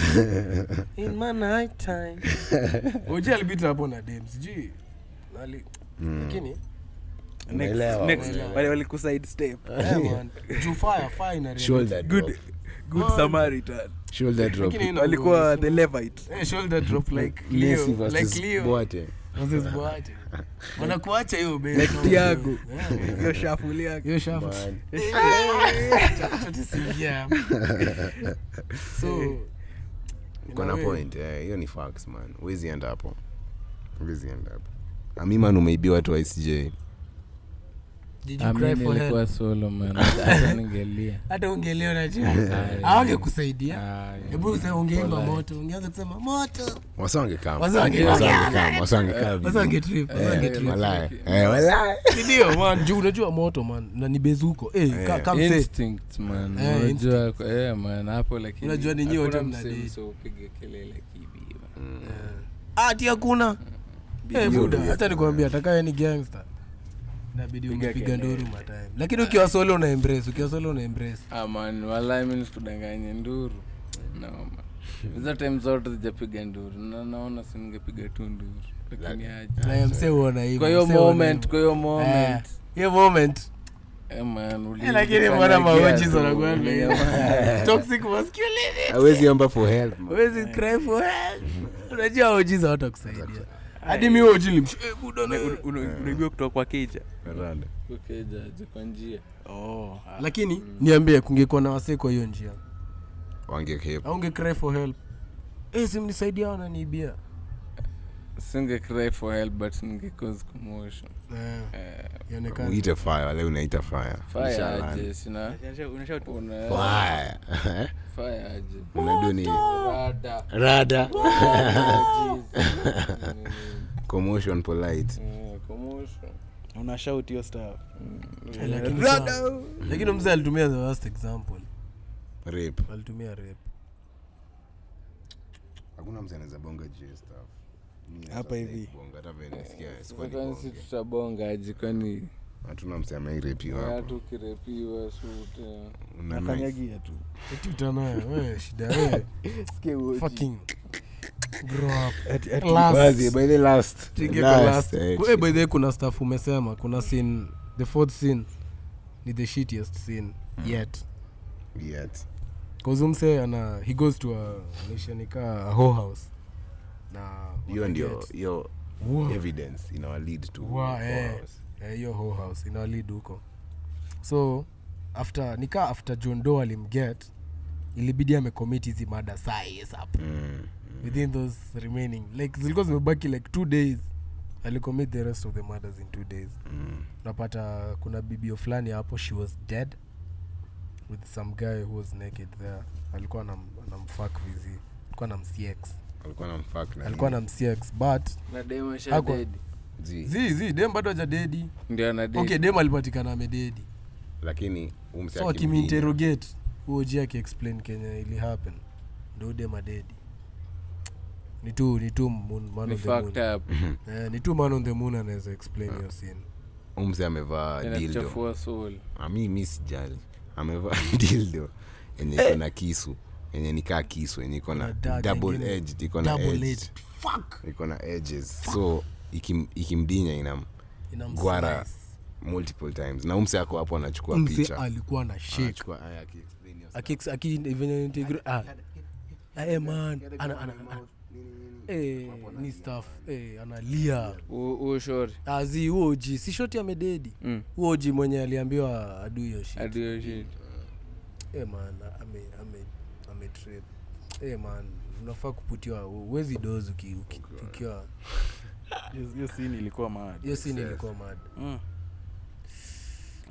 S4: in my night time uji alipita hapo na dem sijui nali
S3: Mm.
S4: lakini
S5: Next-
S3: Unaelewa,
S5: next,
S4: unaelewa.
S5: wale walikuside step.
S4: eh, man, juu fire fire ina
S3: shoulder drop.
S5: Good- good Samaritan.
S3: shoulder drop
S4: Lakini ina-
S5: Walikuwa the Levite.
S4: Eh, shoulder drop like Leo,
S3: Messi versus
S4: like Leo.
S3: Boate.
S4: Wasisibuache. wanakuacha hiyo eh, bei.
S5: Like Thiago.
S4: Yeah, man.
S5: Hiyo shuffle yake.
S4: hiyo shafu Eh,
S3: Man.
S4: tutisingia eh, so
S3: Uko na point eh, hiyo ni facts man huwezi enda hapo huwezi enda hapo ami man umeibiwa twisj
S4: did you
S2: Ami
S4: cry for help?
S2: Ah, nilikuwa solo man hata ningelia
S4: hata ungeleo
S2: Aye.
S4: awange kusaidia
S2: Ah, yeah.
S4: hebu sasa ungeimba moto ungeanza kusema moto
S3: Eh,
S4: ndio juu unajua moto man na ni bezuko eh ka-
S3: Eh.
S4: come say.
S2: Instinct, man
S4: Eh,
S2: unajua kwa- eh, man hapo lakini
S4: Unajua ni nyie wote
S2: hakuna
S4: mnadate.
S2: msee msoupiga kelele kibiwa
S4: Ah, ati hakuna Eh, buda, hata nikwambia atakaye ni gangster inabidi umepiga nduru matime lakini ukiwa solo una embrace ukiwa solo una embrace
S2: Ah, man walai mi nikudanganye nduru No, man. hizo time zote zijapiga nduru na naona siningepiga tu nduru lakini aje
S4: na msee uona hivyo
S2: kwa hiyo
S4: msee uona
S2: moment
S4: hivyo.
S2: kwa hiyo
S4: Eh,
S2: moment
S4: hiyo moment
S2: Eh, man, uliingia
S6: lakini
S2: kwenye
S6: mbona
S2: gears,
S6: mawatches
S2: bro.
S6: wanakuwa ni-
S2: Uliingia-
S6: toxic masculinity
S3: awezi omba for help man.
S6: Huwezi
S2: Eh.
S6: cry for help. unajua oji za watu wakusaidia hadi mi
S4: Eh,
S8: unajua kutoka kwa keja
S3: Rada.
S2: Kukeja aje kwa njia.
S5: Oh, ah.
S4: lakini niambie kungekuwa na wasee kwa hiyo njia
S3: Wange help.
S4: aunge cry for help Eh, simnisaidia wananiibia
S2: singe cry for help but ninge cause commotion
S4: ionekana
S3: Eh. Uite fire leo unaita fire
S2: fire
S3: Inshallah.
S2: aje sina una
S3: Fire. Eh?
S2: fire aje
S3: Unadu ni
S2: rada Eh,
S3: rada
S2: Jesus.
S3: commotion polite
S2: Eh, commotion
S8: unashout hiyo staff
S4: Eh,
S3: Eh,
S4: lakini mzee alitumia the worst example
S3: rape
S4: alitumia rape
S3: hakuna mtu anaweza bonga juu ya staff Mimi
S5: Hapa
S3: sasa
S5: hivi.
S3: bonga, hata vile nisikia, sikuwa
S2: kwani si
S3: nibonge.
S2: tutabonga aje kwani
S3: hatuna mtu ameirepiwa hapa
S2: watu ukirepiwa sute
S3: Una nice.
S8: nakanyagia tu
S4: Eti utanayo, wewe, shida wewe. Fucking grow up. Last.
S3: Wazi, by the last
S4: Tinge kwa last.
S3: last eh,
S4: Eh, by the way, kuna staff umesema kuna scene the fourth scene ni the shittiest scene
S3: Mm.
S4: yet
S3: yet
S4: kazumse ana he goes to a nishanikaa a whole house na
S3: hiyo ndio
S4: wanaget-
S3: hiyo
S4: Wow.
S3: evidence inawa lead to
S4: Wow,
S3: our
S4: eh.
S3: house.
S4: Eh, hiyo whole house inalid huko so after nikaa after john doe alimget ilibidi amekomit hizi mada saa yes hapo
S3: Mm.
S4: within those remaining like zilikuwa zimebaki like two days alicommit the rest of the murders in two days
S3: Mm.
S4: unapata kuna bibio fulani hapo she was dead with some guy who was naked there alikuwa anam- anamfak vizi alikuwa na mcx
S3: alikuwa na mfuck na
S4: alikuwa na mcx but
S3: Mm.
S4: Hakuwa-
S2: nademashadedi
S3: nini. Zi.
S4: zi zi dem bado hajadedi
S2: ndio anadedi
S4: okay dem alipatikana amededi
S3: lakini huyu msee
S4: so
S3: akimdini,
S4: akimiinterogate huoji akiexplain kenye ili happen ndo dem adedi ni tu ni tu moon- man
S2: ni
S4: of the moon.
S2: fucked up Ah.
S4: Eh, ni tu man on the moon anaweza explain hiyo scene
S3: huyu msee amevaa dildo
S2: inachafua soul
S3: ami mi sijali amevaa dildo yenye iko na kisu yenye nikaa kisu yenye iko na
S4: Kuna dart
S3: double
S4: ingine.
S3: edge iko na
S4: Double
S3: edge
S4: edge. Fuck!
S3: iko na edges so ikim- ikimdinya inam
S4: Ina
S3: Gwara.
S4: mslice.
S3: multiple times na umse ako hapo anachukua
S4: Mse
S3: picha
S4: alikuwa
S2: Ah,
S4: na shake
S3: Anachukua- aya, aki-explain hiyo stuff.
S4: Akix- aki- venye integre- ah. Ah, eh, man. Ana- ana- ana- Eh, ni staff eh, analia Ah,
S2: huo shori
S4: azi uoji si shoti amededi
S2: Mm.
S4: uoji mwenye aliambiwa adu hiyo shit.
S2: adio shit
S4: Eh, man ame- ame- ametrip Eh, man unafaa kuputiwa uwezi dozi uki- uki- ukiwa
S8: hiyo hiyo scene ilikuwa mad
S4: hiyo sini ilikuwa mad
S8: Mm.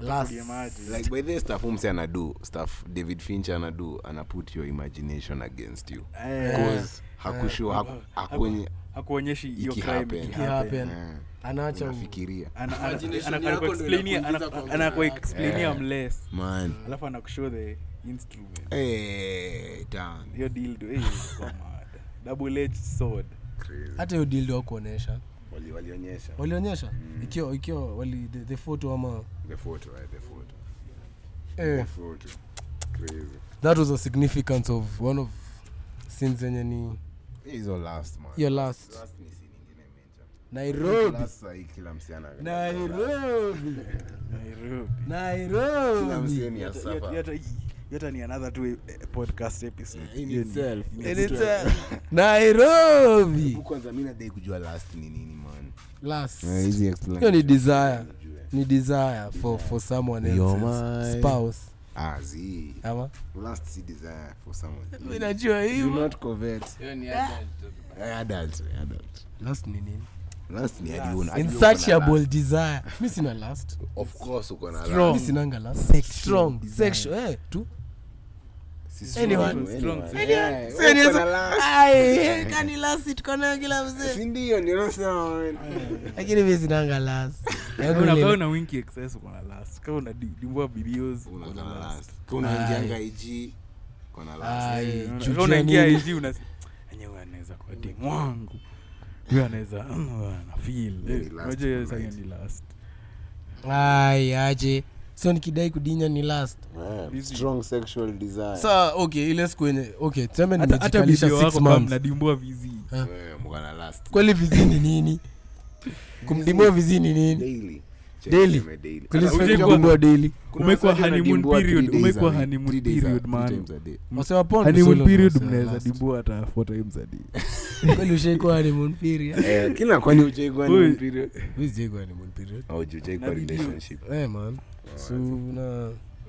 S4: Last.
S8: Kulia maji.
S3: like by the stuff umse anadu stuff david finch anadu anaput your imagination against you
S8: Eh,
S3: bcause hakushu haku- hakuonye-
S8: hakuonyeshi hiyo
S3: Ikihappen.
S8: crime
S4: It happen.
S3: eh,
S4: anaacha u-
S3: unafikiria
S8: Ana- ana-
S4: Imagination
S8: ana-
S4: yako ndio
S8: anakuexplainia-
S4: inakuingiza
S8: ana-
S4: kwa
S8: anakuexplainia
S3: Yeah.
S8: mless
S3: man
S8: alafu anakushow the instrument
S3: Eh, damn.
S8: hiyo dildo eh, ilikuwa mad. double edged sword
S3: eh,
S4: hata hiyo dildo wakuonyesha
S3: Wali- walionyesha
S4: walionyesha ikiwa ikiwa wali the, the photo ama
S3: the photo, eh, the photo.
S4: eh,
S3: Photo. Crazy.
S4: that was a significance of one of scenes zenye ni
S3: hizo last man.
S4: hiyo last
S3: Last ni si nyingine mention.
S4: nairobi
S3: Last sahi kila msee ana-
S4: nairobi
S8: nairobi
S3: kila
S4: nairobi
S3: msee ni
S8: Hiyo-
S3: a
S8: hiyo
S3: suffer.
S8: hata- hiyo hata ni another two eh, podcast episode
S3: In
S8: Hiyo ni-
S3: itself.
S8: ni-
S3: In
S4: nairobi
S3: Huku kwanza mi nadai kujua last ni nini man
S4: last
S3: Eh,
S4: hiyo ni desire ni desire for for someone
S3: You're
S4: else's
S3: my-
S4: spouse
S3: Ah, zi.
S4: ama
S3: last si desire for someone
S4: inajua
S3: do
S4: hiyo
S3: not covet
S2: hiyo ni adult.
S3: Eh, adult eh, adult
S4: last ni nini
S3: last ni hadi una- hadi uko na
S4: insatiable desire mi sina last
S3: last. of course uko na
S4: mi
S3: last
S4: sinanga last strong sexual eh tu
S3: Si
S4: Anyone.
S3: strong,
S2: Strong,
S3: anyone. Eh, uko na last.
S4: eh,
S3: Si ndio, ndio nasema, man.
S4: lakini mi sinanga last
S8: Una- kama una winki excess uko na last kama una di- dimbua videos
S3: Uko
S8: uko na
S3: na
S8: last
S3: last. Uko unaingianga IG, uko na last.
S8: Una- kama unaingia IG una enye huyu anaweza kuwa demu wangu huyu anaweza mm, huyu ana feel
S3: Hiyo ni
S8: Eh,
S3: last
S8: unajua hiyo sasa
S3: tonight.
S8: hiyo ni last
S4: ai aje so nikidai kudinya ni last
S3: Eh, strong sexual desire.
S4: sa okay ile siku yenye okay tuseme
S8: hata hata
S4: nimejikalisha
S8: video
S4: six
S8: wako kama
S4: months
S8: mnadimbua vizi
S5: Yaani
S3: Eh, uko na last.
S4: kweli vizi ni nini kumdimua vizi ni nini
S3: Daily. Check
S4: Daily.
S3: them daily.
S4: Please
S3: Alafu
S4: find
S3: kuna-
S5: your-
S4: kugundua daily
S3: kuna
S5: umekuwa
S3: wasanii
S5: honeymoon
S3: wanadimbua three
S5: period,
S3: days a
S5: umekuwa
S3: week,
S5: honeymoon
S3: three days a-
S5: period,
S3: two
S5: man.
S3: times a day.
S4: wasewa pond
S5: honeymoon
S4: solo
S5: period
S4: ndio
S5: mnaweza
S4: last.
S5: dibua hata four times a day
S4: Kweli ushaikuwa honeymoon period
S3: Eh, kila kwani ujaikuwa honeymoon
S5: Oi.
S3: period
S4: Mimi sijaikuwa honeymoon period
S3: au ujaikuwa
S5: Inabidi-
S3: Oh, relationship
S4: eh man so na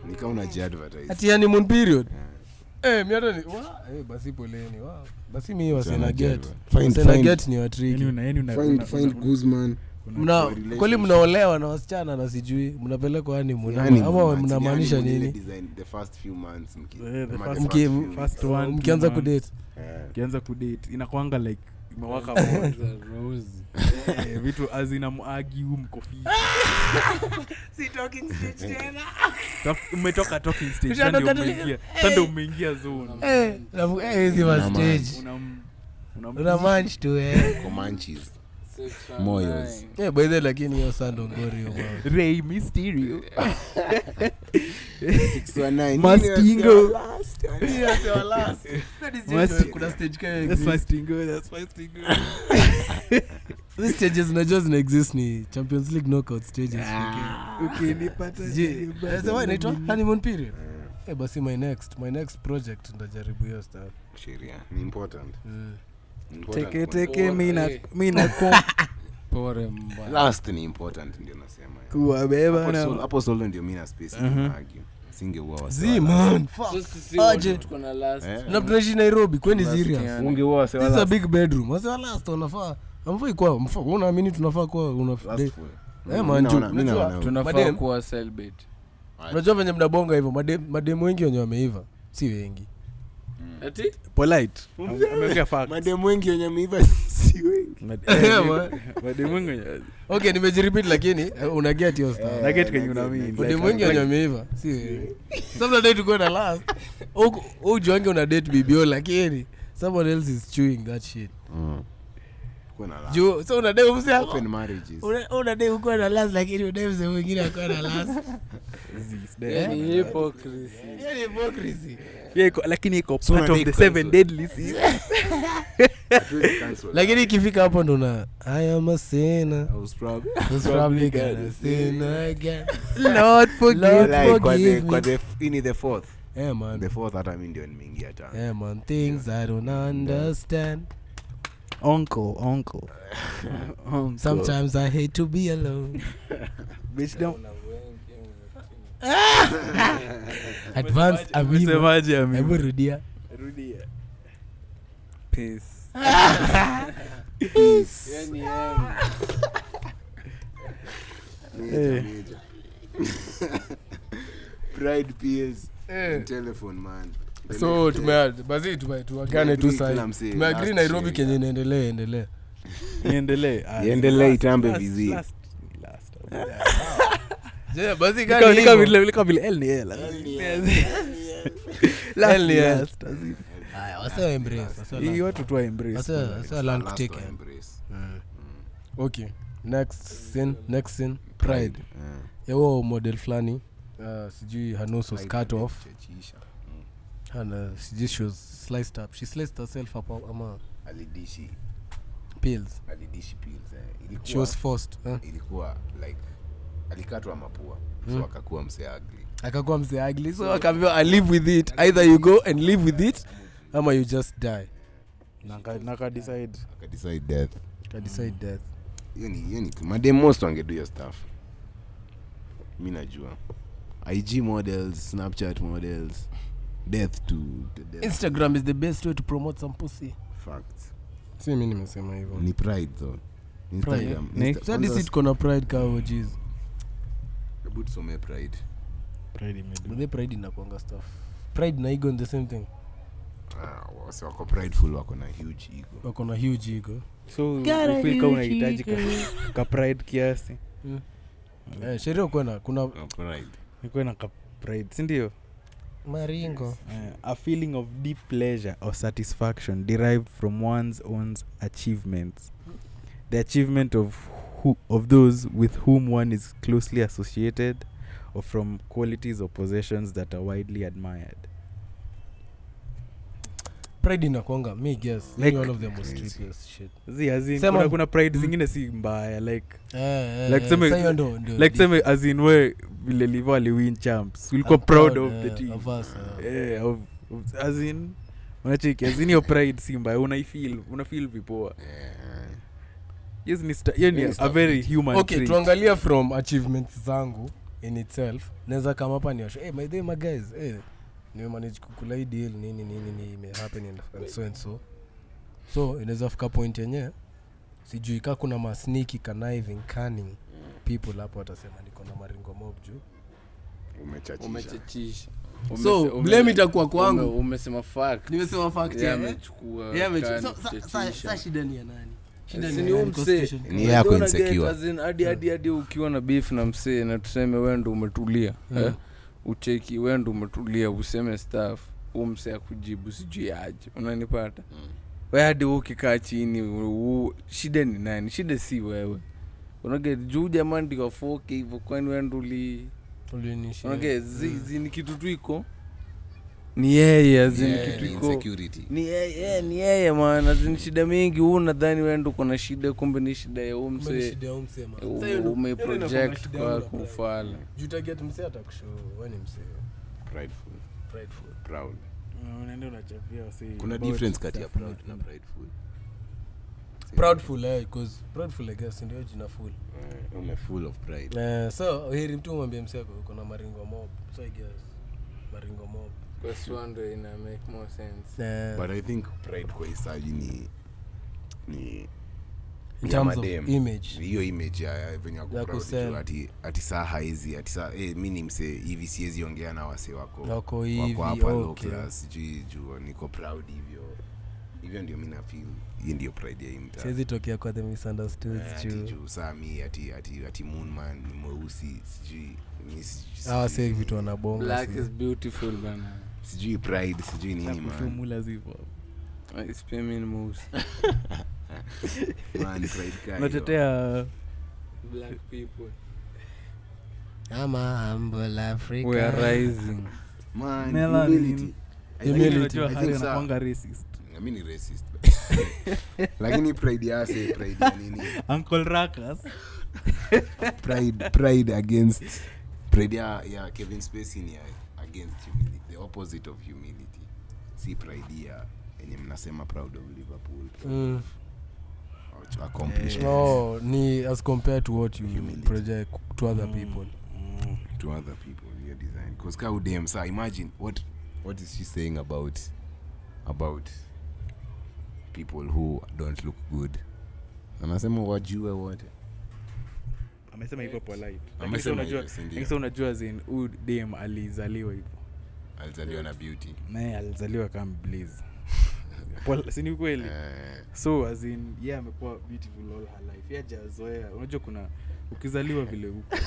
S3: ni kama unajiadvertise
S4: ati honeymoon period eh mi hata ni wa eh basi poleni wa basi mi wasena get
S9: Find-
S4: wasena
S9: find-
S4: get ni watriki
S5: Yaani una- yaani una-
S9: find
S5: una-
S9: find
S5: una-
S9: guzman
S4: mna
S3: relationship.
S4: kweli mnaolewa na wasichana na sijui mnapelekwa honeymoon
S9: Yaani
S4: ama- ama mnamaanisha
S3: yaani
S4: nini
S5: Eh, the first-
S4: Mki-
S5: first one, two
S4: mkianza
S5: months.
S4: kudate
S5: ukianza kudate inakwanga like imewaka moto. Eh, vitu azinamuagi huu mkofi Taf- umetoka talking stage sasa ndio umeingia sasa ndio umeingia zone
S4: Eh, alafu, eh, hizi ma stage
S5: Unam- unam-
S4: una manch tu eh
S9: moyos
S4: eh by the way, lakini hiyo sando ngori hiyo bwana.
S5: Rey Mysterio.
S9: maskingo
S5: Must-
S4: kuna stage kama
S5: That's
S4: exist.
S5: my stingo, that's my stingo.
S4: Hizi stages unajua zina exist ni champions league knockout stages
S5: Ah.
S3: Ah.
S5: Ukinipata
S4: Je,
S5: nilipata
S4: sasa wewe inaitwa
S5: nini?
S4: honeymoon period eh basi my next my next project ndajaribu hiyo stuff Eh.
S5: Teke, teke, mina- mina
S2: pore mbaya
S5: kuwabeba na-
S3: hapo solo ndio mi na space
S4: Mhm.
S3: naagi singeua
S4: zi man
S10: Oh,
S4: fuck. Aje. na tunaishi nairobi kweni serious this is a big bedroom wasiwa last wanafaa amfai kwa mfa unaamini tunafaa kwa una Eh, man, juu, unajua-
S2: tunafaa
S4: Madem.
S2: kuwa celibate.
S4: unajua venye mnabonga hivyo madem- mademu wengi wenye wameiva si wengi
S2: Mm. Ati?
S5: polite ameongea facts.
S9: mademu wengi wenye meiva si wengi
S5: Mad- eh,
S4: Yeah, man.
S5: mademu wengi wenye-
S4: okay nimejiripiti lakini eh, una get your stuff
S5: na kitu kenye una mean, like,
S4: mademu wengi wenye wameiva si wengi samnadai tukuwe na last ujuange una date bibio lakini someone else is chewing that shit juu so unadai msako unadai ukuwa na las lakini unadai msee mwingine akuwa na las
S10: Eh?
S2: Yaani hypocrisy.
S4: hiyo ni yaani hypocrisy
S5: Yeah, iko- lakini iko part of the seven deadly sins.
S4: lakini ikifika hapo ndo na i am a sinner Most probably gonna sin again. Lord forgive, forgive me.
S3: ini the fourth
S4: Eh, man.
S3: the fourth hata mi ndio nimeingia tano
S4: Eh, man, things I don't understand.
S5: Uncle, uncle. Uncle.
S4: Sometimes I hate to be alone.
S5: Bitch, don't-
S4: Advanced amino.
S5: Msemaji ame-
S4: Hebu rudia.
S5: Peace.
S2: Yaani yeye
S3: pride pills telephone man The
S4: Eh. so tumebazi tuagane tu
S3: Tumeagree
S4: sai
S3: kila msee,
S4: tumeagri
S3: last
S4: nairobi
S3: year,
S4: kenye inaendelea endelea
S5: Iendelee. Ah,
S3: Iendelee,
S5: last,
S3: itambe
S5: last,
S3: vizii.
S5: last, last.
S4: je basi
S5: Ni kama- ni kama vile- ni kama vile L ni L, azii. Last
S4: L ni
S5: ni
S4: L.
S5: last, azii. Hii
S4: kaniwasewaembrace
S5: watu tu wa embrace.
S4: wasewalan
S3: last
S4: kuteka
S3: to embrace.
S4: eh. Mm. okay next sin next sin pride
S3: Eh.
S4: yawo model fulani uh, sijui her nose was cut off
S3: Chachiisha.
S4: and uh, sijui she was sliced up she sliced herself up au- ama
S3: alidishi
S4: pills
S3: alidishi pills eh.
S4: she
S3: ilikuwa
S4: was forced eh?
S3: ilikuwa like alikatwa mapua so akakuwa msee ugly
S4: akakuwa mzee ugly so akaambiwa i live with it either you go and live with it ama you just die
S5: Naka- naka decide.
S3: akadecide death
S4: kadecide death
S3: hiyo ni hiyo ni madem most wangedu hiyo stuff mi najua ig models snapchat models death to to death
S4: instagram is the best way to promote some pussy
S3: facts
S4: si mi nimesema hivyo
S3: ni pride though instagram
S5: Pride, eh?
S3: Insta-
S4: Sasa DC
S3: kwanza-
S4: tuko na pride kao jeez
S3: hebu tusomee pride
S4: But the pride inakuanga stuff pride na ego in the same thing
S3: Ah, wasi wako prideful wako na huge ego
S4: wako na huge ego
S5: So, ufeel kama unahitaji ka- ka pride kiasi
S4: eh, sheria kwena kuna
S5: nikuwe na ka pride sindio
S4: maringo
S5: Uh, a feeling of deep pleasure or satisfaction derived from one's own achievements the achievement of who, of those with whom one is closely associated or from qualities or possessions that are widely admired
S4: pride inakwanga me guess
S5: Like-
S4: like, one of the most
S3: Crazy.
S4: trippest shit
S5: Zi, as in,
S4: Sema-
S5: kuna, kuna pride zingine si mbaya like
S4: Eh, eh,
S5: Like
S4: eh,
S5: tuseme-
S4: sa hiyo ndo- ndo
S5: like
S4: deep.
S5: seme as in we vile livo aliwin champs ulikuwa
S4: I'm
S5: proud of
S4: eh,
S5: the team
S4: of us, eh.
S5: yeah, of, of, as in unacheki as in your pride si mbaya unaifeel unafeel vipoa yes ni sta- hiyo ni
S3: Yes,
S5: a very human
S4: okay
S5: trait.
S4: tuangalie from achievements zangu in itself naweza kama hapa niwasho hey, my day my guys hey, nimemanage kukula hii deal nini nini nini imehappen and, and so and so so inaweza fika point yenye sijui ka kuna masniki conniving cunning people hapo watasema niko na maringo mob juu
S3: umechachisha
S2: umechechisha
S10: So,
S2: Umese- ume-
S10: blame itakuwa kwangu.
S2: ume- umesema fact.
S10: nimesema fact
S2: Yeah,
S10: yeah, eh?
S2: amechukua
S10: Yeah, amechu-
S2: can
S10: so- sa- sa-
S2: kuchechisha.
S10: sa shida ni ya nani? Shida
S2: Si
S4: Yaani
S10: ni
S2: ni
S10: ya
S2: huyu
S10: nani?
S2: msee.
S10: Constitution.
S3: ni yako
S2: Unajua unaget,
S3: insecure
S2: as in, hadi hadi hadi ukiwa na beef na msee na tuseme wewe ndo umetulia
S4: Mm.
S2: eh? ucheki wewe ndo umetulia useme staff huu msee akujibu sijui aje unanipata
S3: Hmm.
S2: we hadi wewe ukikaa chini u- shida ni nani shida si wewe unaget juu jamaa ndikafoke hivyo kwani wewe ndo uli
S4: Ulinishia.
S2: unaget zi,
S4: Hmm.
S2: zi ni kitu tu iko ni yeye azini
S3: Yeah,
S2: kitu
S3: ni
S2: iko
S3: insecurity
S2: ni yeye ni yeye maana zini shida mingi huu nadhani wendo kuna shida kumbe ni shida ya huu
S4: Kumbe ni
S2: msee
S4: shida ya huyu msee, man.
S2: U-
S4: Sasa hiyo ndo- hiyo ndo inakuwa na
S2: umeproject
S4: shida
S2: kwa
S4: yangu na pride.
S2: kufala
S4: Juu utaget msee atakushow, wewe ni msee
S3: prideful
S4: prideful
S3: proud
S5: Unaenda unachapia wasee
S3: kuna
S5: about
S3: difference kati ya
S5: stuff
S3: proud
S5: na-
S3: na prideful
S4: proudful eh, 'cause proudful I guess ndio jina full
S3: Eh, ume full of pride
S4: eh, so heri mtu umwambie msee ako- uko na maringo mob so I guess maringo mob
S2: kwa swando ina uh, make more sense
S4: eh,
S3: but i think pride kwa isaji ni ni
S4: in
S3: ya
S4: terms of
S3: madem.
S4: image
S3: hiyo image ya- ya venye wako
S4: Ya
S3: proud
S4: kusell.
S3: tu, ati ati saa haizi ati saa eh, mi ni msee hivi siwezi ongea na wase wako
S4: Wako hivi,
S3: wako hapa low
S4: okay.
S3: class, sijui juu niko proud hivyo hivyo ndio mi nafeel hii ndio pride ya hii mtaa.
S4: siwezi tokea kwa the
S3: Eh,
S4: misunderstoods
S3: ati
S4: juu
S3: juu saa mi ati ati ati Moonman ni mweusi sijui mi sijui-
S4: hawa
S3: sijui-
S4: si vitu wanabonga
S2: black
S4: si.
S2: is beautiful bana
S3: sijui pride sijui nini man.
S5: kutumula zivo
S2: ispimin moves
S3: Man, pride kaa hiyo.
S5: natetea
S2: black people
S4: I'm a humble African.
S2: we are rising
S3: Man,
S5: Melanin.
S3: humility. I think-
S4: Humility.
S3: I think so.
S5: anakwanga racist
S3: Na mi ni racist lakini pride ya ase pride ya nini
S5: uncle rakas
S3: pride pride against pride ya, ya kevin spacey ni ya, against humility the opposite of humility si pride ya yenye mnasema proud of liverpool
S4: Mm.
S3: or
S4: Eh,
S3: accomplishment
S4: No, ni as compared to what you
S3: Humility.
S4: project to other people
S3: to other people in your design because ka udem sa imagine what what is she saying about about people who don't look good anasema wajue wote
S5: amesema iko polite Lakini sasa
S3: Amesema
S5: unajua-
S3: hivyo, si ndio?
S5: lakini sasa unajua zin u dam alizaliwa hivo
S3: alizaliwa na beauty
S5: naye alizaliwa kama bliz sini ukweli
S3: Eh,
S5: so as in ye amekuwa beautiful all her life ye ajazoea unajua kuna ukizaliwa vile huko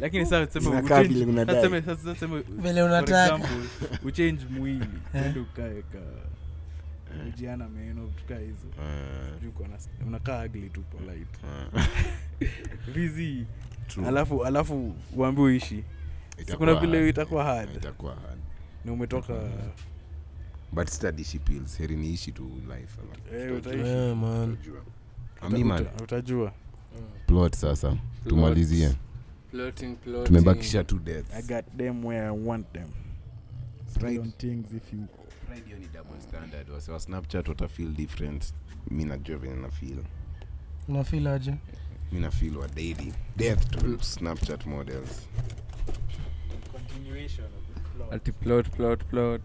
S5: lakini saa tuseme
S3: Inakaa
S5: uchange-
S3: vile unadai.
S5: sasa tuseme- sasa tuseme-
S4: Vile
S5: for
S4: unataka.
S5: example, uchange mwili ende ukae ka ujiana meno tukaa hizo
S3: eh,
S5: Sijui uko na- unakaa agli tu polite
S3: eh,
S5: vizi
S3: true.
S5: alafu alafu uambi uishi
S3: Itakuwa
S5: kuna vile
S3: hard. Eh,
S5: itakuwa hard.
S3: itakuwa hard
S5: na umetoka eh,
S3: but sitadishi pills heri niishi tu life ama-
S5: eh, utaishi
S4: yeah, man
S3: Ami man,
S5: Uta- utajua
S3: plot sasa tumalizie
S2: plotting plotting
S3: tumebakisha two
S5: i
S3: deaths
S5: got them where i want them
S3: Right.
S5: Stay on things if you
S3: Pride hiyo ni double standard wase wa snapchat watafeel different mi najua venye nafeel
S4: unafeel aje
S3: mi nafeel wa daily death to snapchat models
S5: continuation of the plot.
S2: ati plot plot plot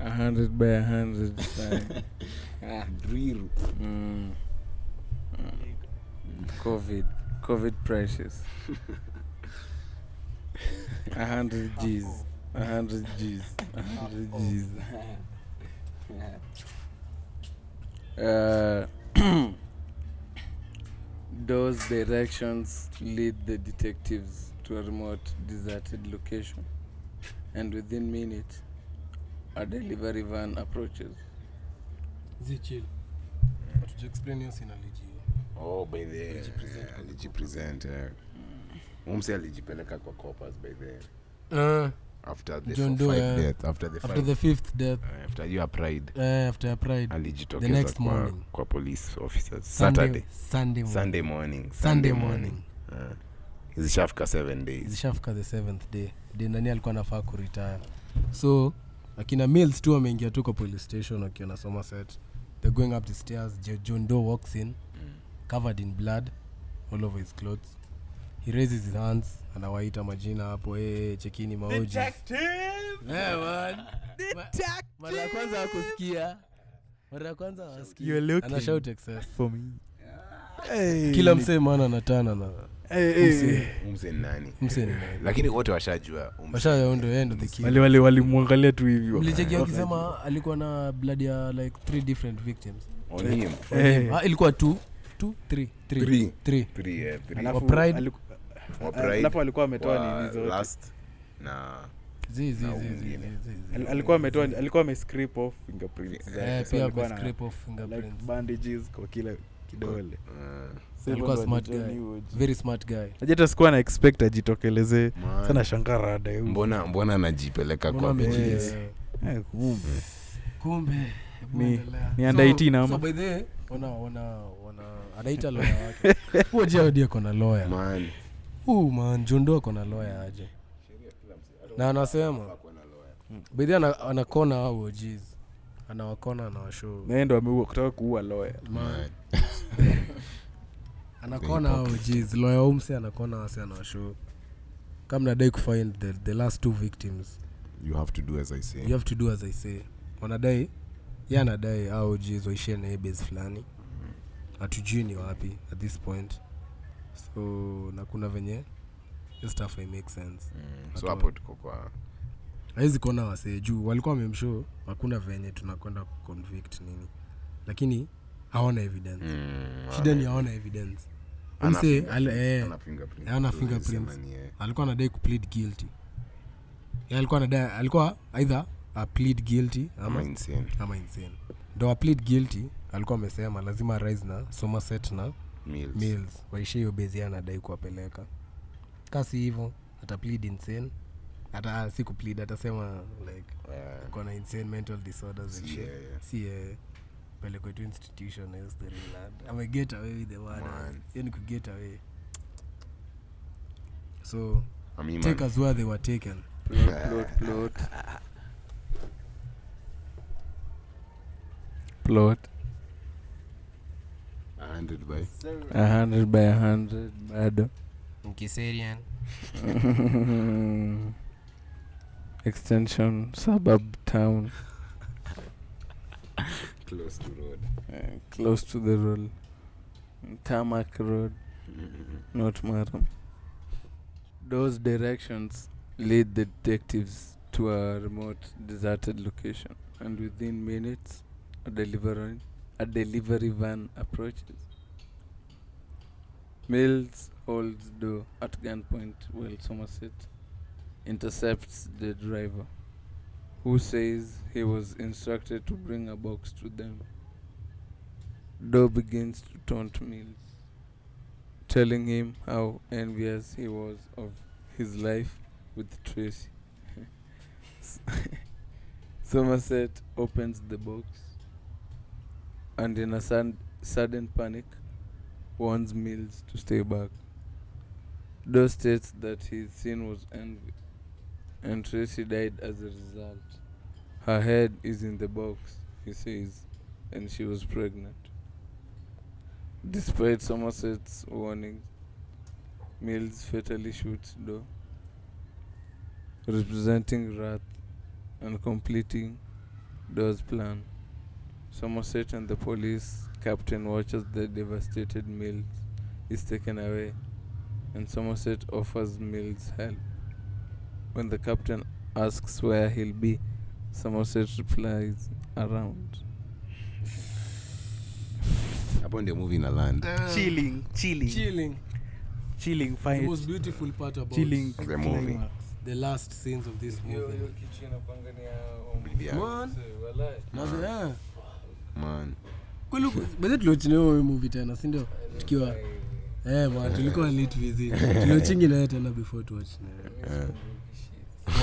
S2: a hundred by a hundred time. ah,
S3: driru
S2: mm. Mm. covid covid precious a hundred g's a hundred g's a hundred g's uh, those directions lead the detectives to a remote deserted location and within minutes a delivery van approaches
S4: zichil hatuja explain hiyo sina legit.
S3: oh by the eh. Mm. alijipresent eh. umse alijipeleka kwa copas by the
S4: Ah,
S3: after the
S4: John
S3: four,
S4: Doe,
S3: five
S4: eh,
S3: death after the
S4: after
S3: five,
S4: the fifth death
S3: eh, after your pride
S4: uh, after your pride The
S3: alijitokeza
S4: next
S3: kwa,
S4: morning.
S3: kwa police officers saturday
S4: sunday sunday morning,
S3: sunday morning
S4: sunday morning.
S3: Ah. zishafika seven days
S4: zishafika the seventh day de nani alikuwa anafaa kuretire so akina mills tu wameingia tu kwa police station wakiona somerset the going up the stairs Jo- john doe walks in covered in blood all over his clothes he raises his hands anawaita majina hapo hey, chekini maoji Eh, mara ya kwanza wakusikia mara ya kwanza
S5: You're looking.
S4: waskianashout excess
S5: for me.
S4: kila msee maana anatana na
S3: umse ni nani
S4: msee ni nani
S3: lakini wote washajua umse.
S4: washayondo endo the king
S5: Wale- wale walimwangalia tu hivi
S4: mlicheki akisema alikuwa na blood ya like three different victims
S3: On him.
S5: Eh.
S4: ah, ilikuwa two two three three
S3: Three.
S4: three
S3: Three, eh, three.
S4: Alafu- Wa Pride.
S5: aliku-
S3: Wa
S5: a-
S3: Pride,
S5: alafu alikuwa ametoa
S3: wa
S5: nini zote.
S3: last na
S4: Zi, zi,
S3: Na
S4: zi, zi,
S3: mwingine.
S4: zi, zi, zi.
S5: Al- alikuwa ametoa alikuwa ame scrape off fingerprints
S4: Eh,
S5: zake. So
S4: pia
S5: alikuwa na-
S4: scrape of
S5: like
S4: fingerprints
S5: bandages kwa kila kidole
S3: ah,
S5: So
S4: Alikuwa
S5: watu
S4: smart
S5: walijua
S4: guy.
S5: ni uji.
S4: very smart guy
S5: Najeta sikuwa na expect ajitokelezee
S3: man.
S5: sana shangarada
S3: mbona mbona anajipeleka
S4: Mbona
S3: kwa
S4: ameji-
S3: polisi
S4: eh,
S5: kumbe
S4: kumbe hebu
S5: Ni-
S4: endelea.
S5: ni
S4: So-
S5: andaiti na ama-
S4: so by the way, wana wana wana anaita lawyer wake huo jaudi ako na lawyer
S3: man
S4: Huu man jondo ako na lawyer aje na anasema bedhi anakona au ojis anawakona anawashoo
S5: naye ndo ameua kutaka kuua lawyer
S4: Man. anakona au jeez lawyer umse anakona wase anawashow kama nadai kufind the, the last two victims
S3: you have to do as i say
S4: you have to do as i say wanadai ye anadai au jeez waishie naye base fulani hatujui ni wapi at this point so na kuna venye hiyo stuff I make sense
S3: Mm, so hapo tuko kwa
S4: hawezi kuona wasee juu walikuwa wamemshow hakuna venye tunakwenda convict nini lakini haona evidence
S3: Mm,
S4: shida ni haona evidence
S3: Ana
S4: Mse,
S3: fingerprint.
S4: al- eh,
S3: ana fingerprint.
S4: Hana
S3: So alisema
S4: fingerprints.
S3: ni, eh,
S4: alikuwa anadai kuplead guilty Yeye alikuwa anadai alikuwa either a plead guilty
S3: ama
S4: ama,
S3: insane.
S4: ama insane ndo a plead guilty alikuwa amesema lazima rise na somerset na
S3: Mills.
S4: mills waishie hiyo bezi yeye anadai kuwapeleka kasi hivyo ata plead insane hata ah, si kuplead atasema like
S3: Eh,
S4: ako na insane mental disorders and
S3: si
S4: shit
S3: yeye.
S4: si yeye pelekwe tu institution na hiyo story lad ame get away with the word
S3: Man.
S4: yani ku get away so
S3: Ami man.
S4: take us where they were taken
S2: plot, plot.
S5: plot
S3: 100 by.
S2: 100 by 100 bado
S4: mkiserian
S2: extension suburb town
S3: Close to road.
S2: eh, close to the road tamak road
S4: Mm-hmm.
S2: not maram those directions lead the detectives to a remote deserted location and within minutes a delivery a delivery van approaches mills holds Doe at gunpoint while somerset intercepts the driver who says he was instructed to bring a box to them Doe begins to taunt Mills, telling him how envious he was of his life with Tracy. S- Somerset opens the box and, in a sud- sudden panic, warns Mills to stay back. Doe states that his sin was envy, and Tracy died as a result. Her head is in the box, he says and she was pregnant. Despite Somerset's warnings, Mills fatally shoots Doe, representing wrath and completing Doe's plan. Somerset and the police captain watches the devastated Mills is taken away, and Somerset offers Mills help. When the captain asks where he'll be, Somerset replies, around.
S3: hapo ndio movie ina land
S4: Eh.
S5: chilling chilling
S4: chilling
S5: chilling
S4: the
S5: fight
S4: most beautiful part about
S5: chilling
S3: The movie.
S5: climax.
S4: the last scenes of this movie
S3: Yeah.
S4: man na the- eh,
S3: Man.
S4: Oh, kweli baadhi tuliochini hiyo movie tena si ndio tukiwa
S2: Eh,
S4: eh bwana tulikuwa lit visit tulochingi nayo tena before tuwatch nayo Hiyo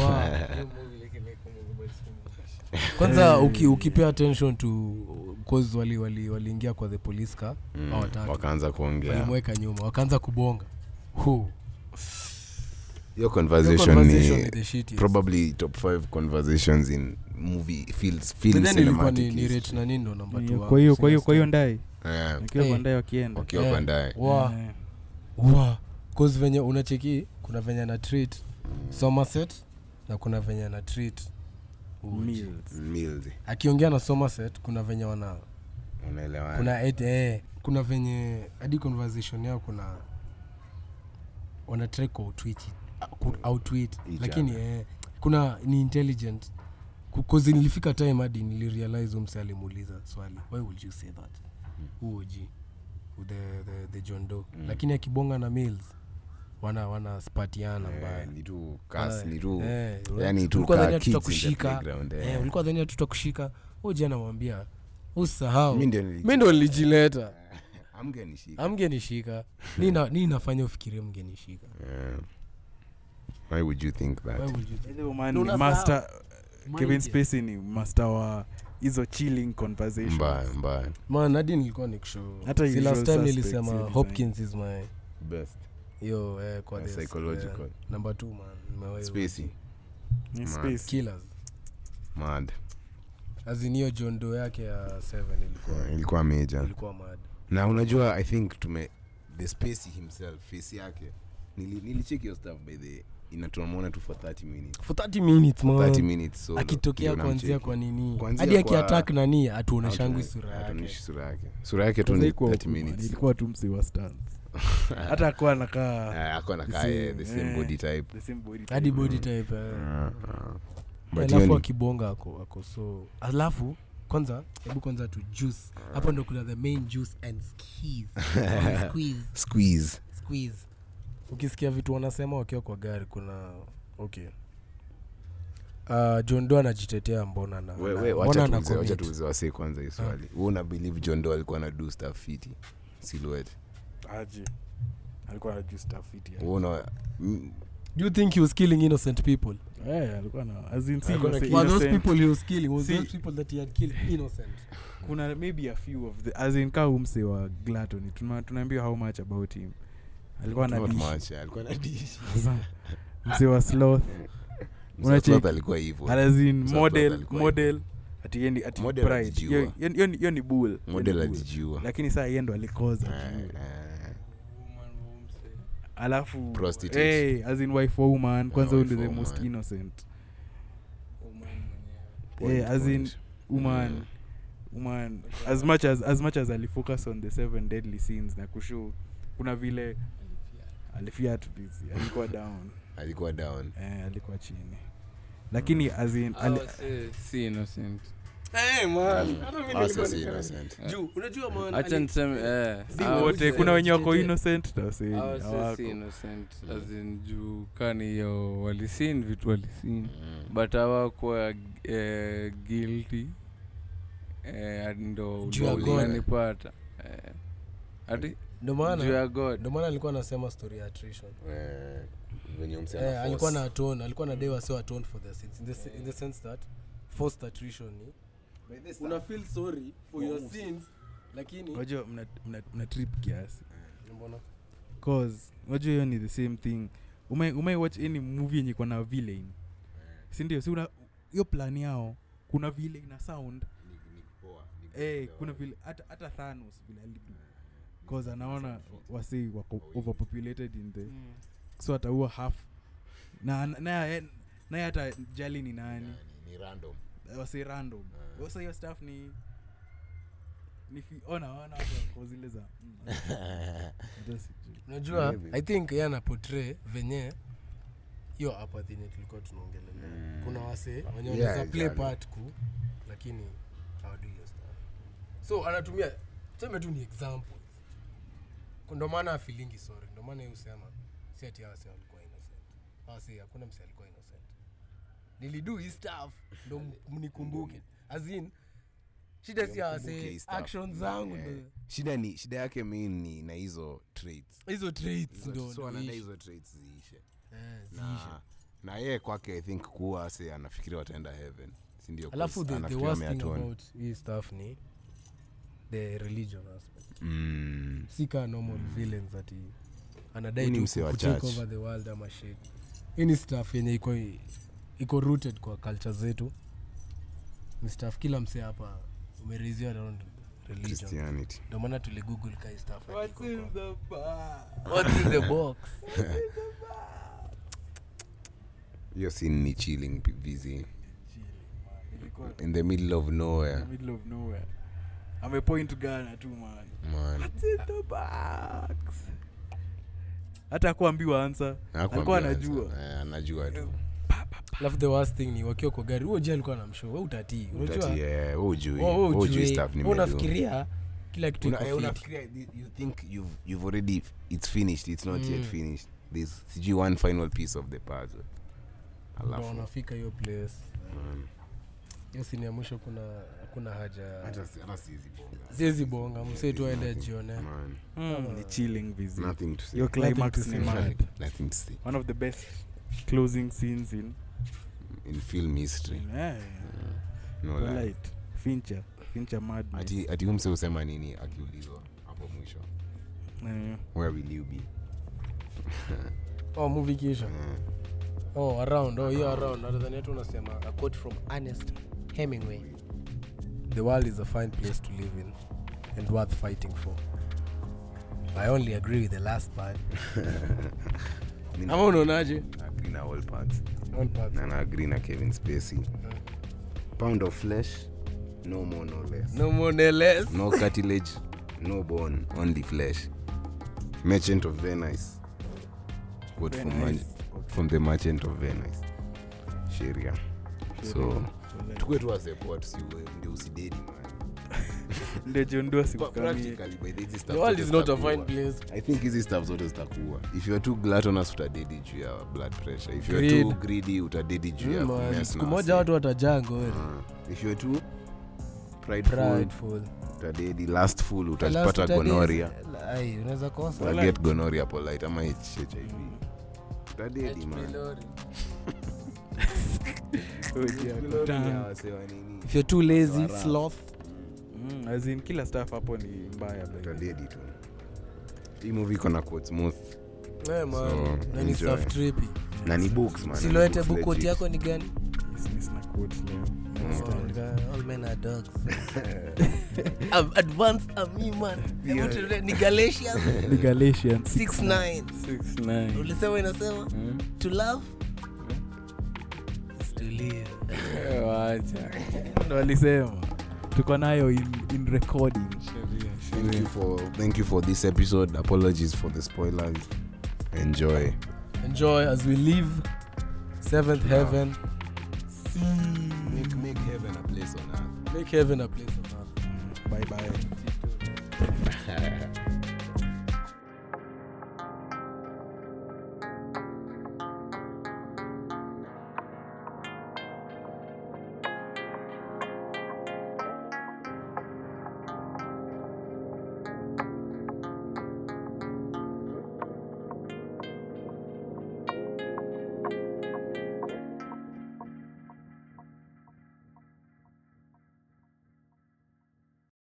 S4: movie lakini haikumbuki, but sikumbuki. kwanza uki, ukipea attention to cause wali waliingia wali waliingia kwa the police car
S3: Mm,
S4: Hao watatu.
S3: wakaanza kuongea
S4: walimweka nyuma wakaanza kubonga Who?
S3: hiyo
S4: Hiyo
S3: conversation
S4: conversation ni
S3: ni
S4: the shittiest.
S3: probably top 5 conversations in movie fields film
S4: Nadhani ilikuwa ni,
S3: cinematic
S4: ni
S3: history.
S4: rate na nini ndo namba two
S5: Eh, kwa hiyo
S4: wangu,
S5: kwa hiyo kwa hiyo
S4: sina
S5: ndai
S3: Yeah,
S5: wakiwa
S4: Eh.
S5: kwa ndai wakienda
S3: wakiwa
S4: Eh.
S3: kwa ndai
S4: wa
S5: Eh.
S4: wa cause venye unacheki kuna venye ana treat somerset na kuna venye ana treat Uji.
S5: Meals.
S3: Mills,
S4: akiongea na somerset kuna venye wana
S3: unaelewana.
S4: kuna et, eh, kuna venye hadi conversation yao kuna wanatrai kwa utwichi outwit
S3: Each
S4: lakini eh, kuna ni intelligent kukozi nilifika time hadi nilirealize umse alimuuliza swali why would you say that huoji the, the, the john do mm. lakini akibonga na mills wana wanaspatiana mbaya
S3: Eh, ni tu kasi,
S4: Wana-
S3: ni tu-
S4: eh,
S3: yani tu
S4: ulikuwa
S3: kaa
S4: dhani
S3: kids in the
S4: hatutakushika.
S3: playground, eh.
S4: eh, ulikuwa dhani hatutakushika huyu jana mwambia usahau
S3: Mi ndio nili-
S4: mi ndo nilijileta
S3: Hamgenishika.
S4: amgenishika nina, ninafanya ufikirie mgenishika
S3: Yeah. Eh, Why would you think that?
S4: Why would you think?
S5: Ile woman
S4: Ndio
S5: ni
S4: unasahau.
S5: master kevin
S4: Manager.
S5: spacey ni master wa hizo chilling
S3: Mbaya,
S5: conversations
S3: mbaya.
S4: Man, hadi nilikuwa nikusho
S5: Hata
S4: si
S5: usual
S4: last time
S5: suspects
S4: nilisema
S5: hiyo design.
S4: hopkins is my
S3: Best.
S4: yo eh, kwa
S3: Yeah,
S4: this,
S3: psychological.
S4: eh, number two man nimewahi-
S3: Spacey.
S5: Ni
S3: Ma-
S5: Spacey.
S4: killers
S3: Mad.
S4: azinio jondo yake ya seven ilikuwa
S3: Yeah, Eh, ilikuwa major
S4: ilikuwa mad
S3: na unajua i think tume the space himself face yake nili- nilicheck hiyo stuff by the ina tunamwona tu for 30 minutes
S4: for 30 minutes man
S3: 30 minutes solo.
S4: Oh. akitokea
S3: Ndio
S4: kuanzia
S3: namcheck.
S4: kwa nini
S3: Kuanzia
S4: hadi
S3: kwa-
S4: akiatak nani atuoneshangwi
S3: Hatuoni-
S4: sura
S3: hatuonyeshi
S4: yake
S3: sura yake sura yake tu
S5: Kwanza
S3: ni
S5: ikuwa
S3: 30
S5: huku, man.
S3: minutes
S5: ilikuwa tu msi wa stars hata akuwa anakaa
S3: Ah, ako anakaa yeye, the same
S5: Eh.
S3: body type
S5: the same body type.
S4: hadi body type eh.
S3: Ah, ah. But hiyo
S4: alafu
S3: ni-
S4: akibonga ako ako so alafu kwanza hebu kwanza tu juice hapo ndo kuna the main juice and squeeze And squeeze
S3: squeeze
S4: squeeze ukisikia vitu wanasema wakiwa kwa gari kuna okay uh, john do anajitetea mbona na
S3: We-
S4: na-
S3: we,
S4: mbona Ah.
S3: wacha
S4: ana
S3: tuuze- wacha
S4: commit.
S3: tuuze wasee kwanza hii swali Wewe una believe john doe alikuwa na do stuff fiti silhouette
S5: aje alikuwa anajua stuff it
S3: Wewe una mm,
S4: Do you think he was killing innocent people
S5: eh alikuwa na as in si
S3: Alikuwa na
S5: innocent-
S3: kitu.
S4: were those
S5: innocent.
S4: people he was killing was
S5: See-
S4: those people that he had killed innocent
S5: kuna maybe a few of the as in kaa umse wa glatoni Tuna- tunaambiwa how much about him alikuwa na
S3: not
S5: dish.
S3: much, alikuwa na dish.
S5: Sasa, mse wa sloth
S3: Mzee
S5: Unacheki.
S3: Sloth alikuwa hivyo.
S5: alazin
S3: Mzee Sloth
S5: model
S3: alikuwa
S5: model atiendi ati
S3: Model
S5: pride.
S3: alijiua.
S5: Yo- yo- yo ni- yo ni bull Yo
S3: Model
S5: ni bull.
S3: alijiua.
S5: lakini saa yeye ndo alikoza
S3: Eh,
S5: juu.
S3: eh.
S5: alafu
S3: Prostitute. Eh,
S5: hey, as in wife wa woman kwanza
S3: wife
S5: huyu ndo
S3: wa
S5: the most
S3: woman.
S5: innocent
S3: Point,
S5: Eh, as in
S3: point.
S5: woman
S3: Mm.
S5: woman as much as, as much as alifocus on the seven deadly sins na kushow kuna vile alifiatu busy alikuwa down
S3: alikuwa down
S5: eh, alikuwa chini lakini
S3: Mm.
S5: as in, ali,
S2: si innocent
S3: Hasa si innocent.
S2: hacha niseme eh,
S5: si
S4: Ah,
S2: hawa
S5: wote
S2: wasee-
S5: kuna wenye wako
S4: Jitetea.
S5: innocent na wasee
S2: hawa wasee si
S5: hawako
S2: innocent as in juu kani hiyo walisin vitu walisin
S4: Mm.
S2: but hawakuwa eh, guilty eh, ndo
S4: Juu ya
S2: ule
S4: God.
S2: unanipata eh, ati
S4: ndo
S2: juu ya
S4: maana
S2: god
S4: ndo maana alikuwa anasema story ya attrition
S3: Eh, venye mse ana
S4: eh,
S3: force.
S4: alikuwa na atone alikuwa na dewa sio atone for their sins in the, se- in the sense that forced attrition ni una feel sorry for your sins lakini
S5: unajua mna, mna, mna trip kiasi
S4: mbona
S5: cause unajua hiyo ni the same thing umai umai watch any movie yenye iko na
S3: Eh.
S5: villain sindio si una hiyo plan yao kuna villain na sound eh, kuna vile hata hata thanos vile
S3: Eh,
S5: alidu cause anaona wasi wako overpopulated in the so ataua half na na- naye naye hata jali ni nani
S3: Eh, Ni random. Eh.
S5: wasi random wasa hiyo staff ni nifiona zile za mm, hata sijui.
S4: unajua
S3: Maybe.
S4: i think ye anapotray venye hiyo apathy yenye tulikuwa tunaongelelea kuna wase wenye
S3: Mm. Yeah,
S4: wanaweza play
S3: exactly.
S4: part ku lakini hawadu hiyo stuff so anatumia tuseme tu ni example ndo maana afilingi sorry ndo maana yeye husema si ati awase walikuwa innocent awase hakuna mse alikuwa innocent nilidu hii stuff ndo m- mnikumbuke as in shida si
S3: Mkumbuke hii
S4: awase
S3: stuff.
S4: action zangu
S3: Eh,
S4: ndo
S3: shida ni shida yake main ni na hizo traits
S4: hizo traits
S3: So
S4: ndo
S3: anadai
S4: ndo
S3: hizo traits ziishe
S4: Eh, ziishe.
S3: na Ah, na yeye kwake i think kuwa se anafikiria wataenda heaven sindio
S4: alafu the, the worst thing about hii stuff ni the religion aspect
S3: Mm,
S4: si kaa normal villains ati anadai
S3: Huyu ni
S4: tu
S3: msee wa
S4: ku take
S3: church.
S4: over the world ama shit hii ni staff yenye iko iko rooted kwa culture zetu ni staff kila msee hapa umereisiwa around religion
S3: christianity
S4: ndio maana tuligoogle kai staff ati iko kwa-
S2: What's in the box?
S3: hiyo sin ni chilling pi- vizi in the middle of nowhere
S8: middle of nowhere amepoint gana tu man
S3: man
S8: in the box hata akuambiwa ansa alikuwa
S3: Hakuambia
S8: anajua
S3: answer. Eh, anajua tu
S4: alafu the worst thing ni wakiwa kwa gari huo jia alikuwa namshow we utatii unajua Oh,
S3: Utati, eh, wewe hujui.
S4: Wewe
S3: Wewe hujui
S4: ujui.
S3: stuff ni
S4: Wewe
S3: medu.
S4: unafikiria kila kitu
S3: Una-
S4: iko
S3: eh,
S4: fit.
S3: unafikiria you you think you've, you've already it's finished it's not yet
S4: Mm.
S3: finished there's sijui one final piece of the puzzle
S4: Ndio
S3: alafu
S4: wanafika hiyo place hiyo sini ya mwisho kuna kuna haja
S3: hata si- hata siwezi bonga.
S4: siwezi bonga msee tu aende ajione
S3: Man,
S8: mm, ni chilling visit
S3: nothing to say.
S8: your climax
S4: Nothing
S8: ni
S4: to say.
S8: mad
S3: Nothing to say.
S8: one of the best closing scenes in,
S3: in film history
S8: in eh,
S3: no lie.
S8: Twilight. fincher fincher madness
S3: ati ati humse husema nini akiulizwa hapo mwisho
S8: Eh,
S3: where will you be
S4: oh movie kisha
S3: Eh,
S4: oh around oh hiyo around nadhani yetu unasema a quote from Ernest Hemingway the world is a fine place to live in and worth fighting for I only agree with the last part
S3: mimi
S2: ama unaonaje
S3: na agree na all parts
S4: all part
S3: na na agree na Kevin Spacey pound of flesh no more no less
S2: no more no less
S3: no cartilage no bone only flesh merchant of venice quote from,
S8: Venice.
S3: Man- from the merchant of venice sheria so tukwe tu as a quote, si uwe- ndio usidedi man
S8: ndio jondua
S3: Pa-
S8: sikukamie
S3: practically, by the way, hizi stuff
S2: the world
S3: zote
S2: is not a
S3: zitakuwa.
S2: fine place
S3: i think hizi stuff zote zitakuwa if youare too glutonous utadedi juu ya blood pressure if youare too
S4: Greed.
S3: greedy utadedi juu ya
S4: Mm, man.
S3: mess
S4: siku
S3: na
S4: moja
S3: wase.
S4: watu watajaa ngori
S3: Uh, if youare too prideful
S4: prideful
S3: utadedi lastful
S4: Last
S3: utapata
S4: studies,
S3: gonoria
S4: ai, unaweza kosa
S3: Utaget gonorrhea hapo light ama HIV. Utadedi man. Gonorrhea wasee wa nini?
S4: if you're too lazy sloth
S8: Mm, as in kila staff hapo ni mbaya by the way.
S3: Utadedi tu. Hii movie iko na quotes most
S4: Eh, man.
S3: So,
S4: Na ni
S3: enjoy.
S4: stuff trippy.
S3: na ni books man.
S4: siloete
S3: Books
S4: bukoti
S3: legit. Mm.
S4: yako ni gani
S8: Yes, miss na quotes leo
S4: Oh, nika- all men are dogs.
S2: I'm advanced I'm human
S3: Yeah.
S2: Hebu tule- ni Galatians
S8: the galatians
S2: 6:9
S6: Six, nine.
S2: ulisema inasema
S6: Hmm?
S2: to love is to live
S6: Eh, Wacha.
S8: ndo walisema tuko nayo in, in recording
S6: Sheria,
S3: Thank
S6: sheria.
S3: you for thank you for this episode. Apologies for the spoilers. Enjoy.
S4: enjoy as we live seventh heaven
S3: Make make heaven a place on earth.
S4: make heaven a place on earth
S8: bye bye
S3: Yeah.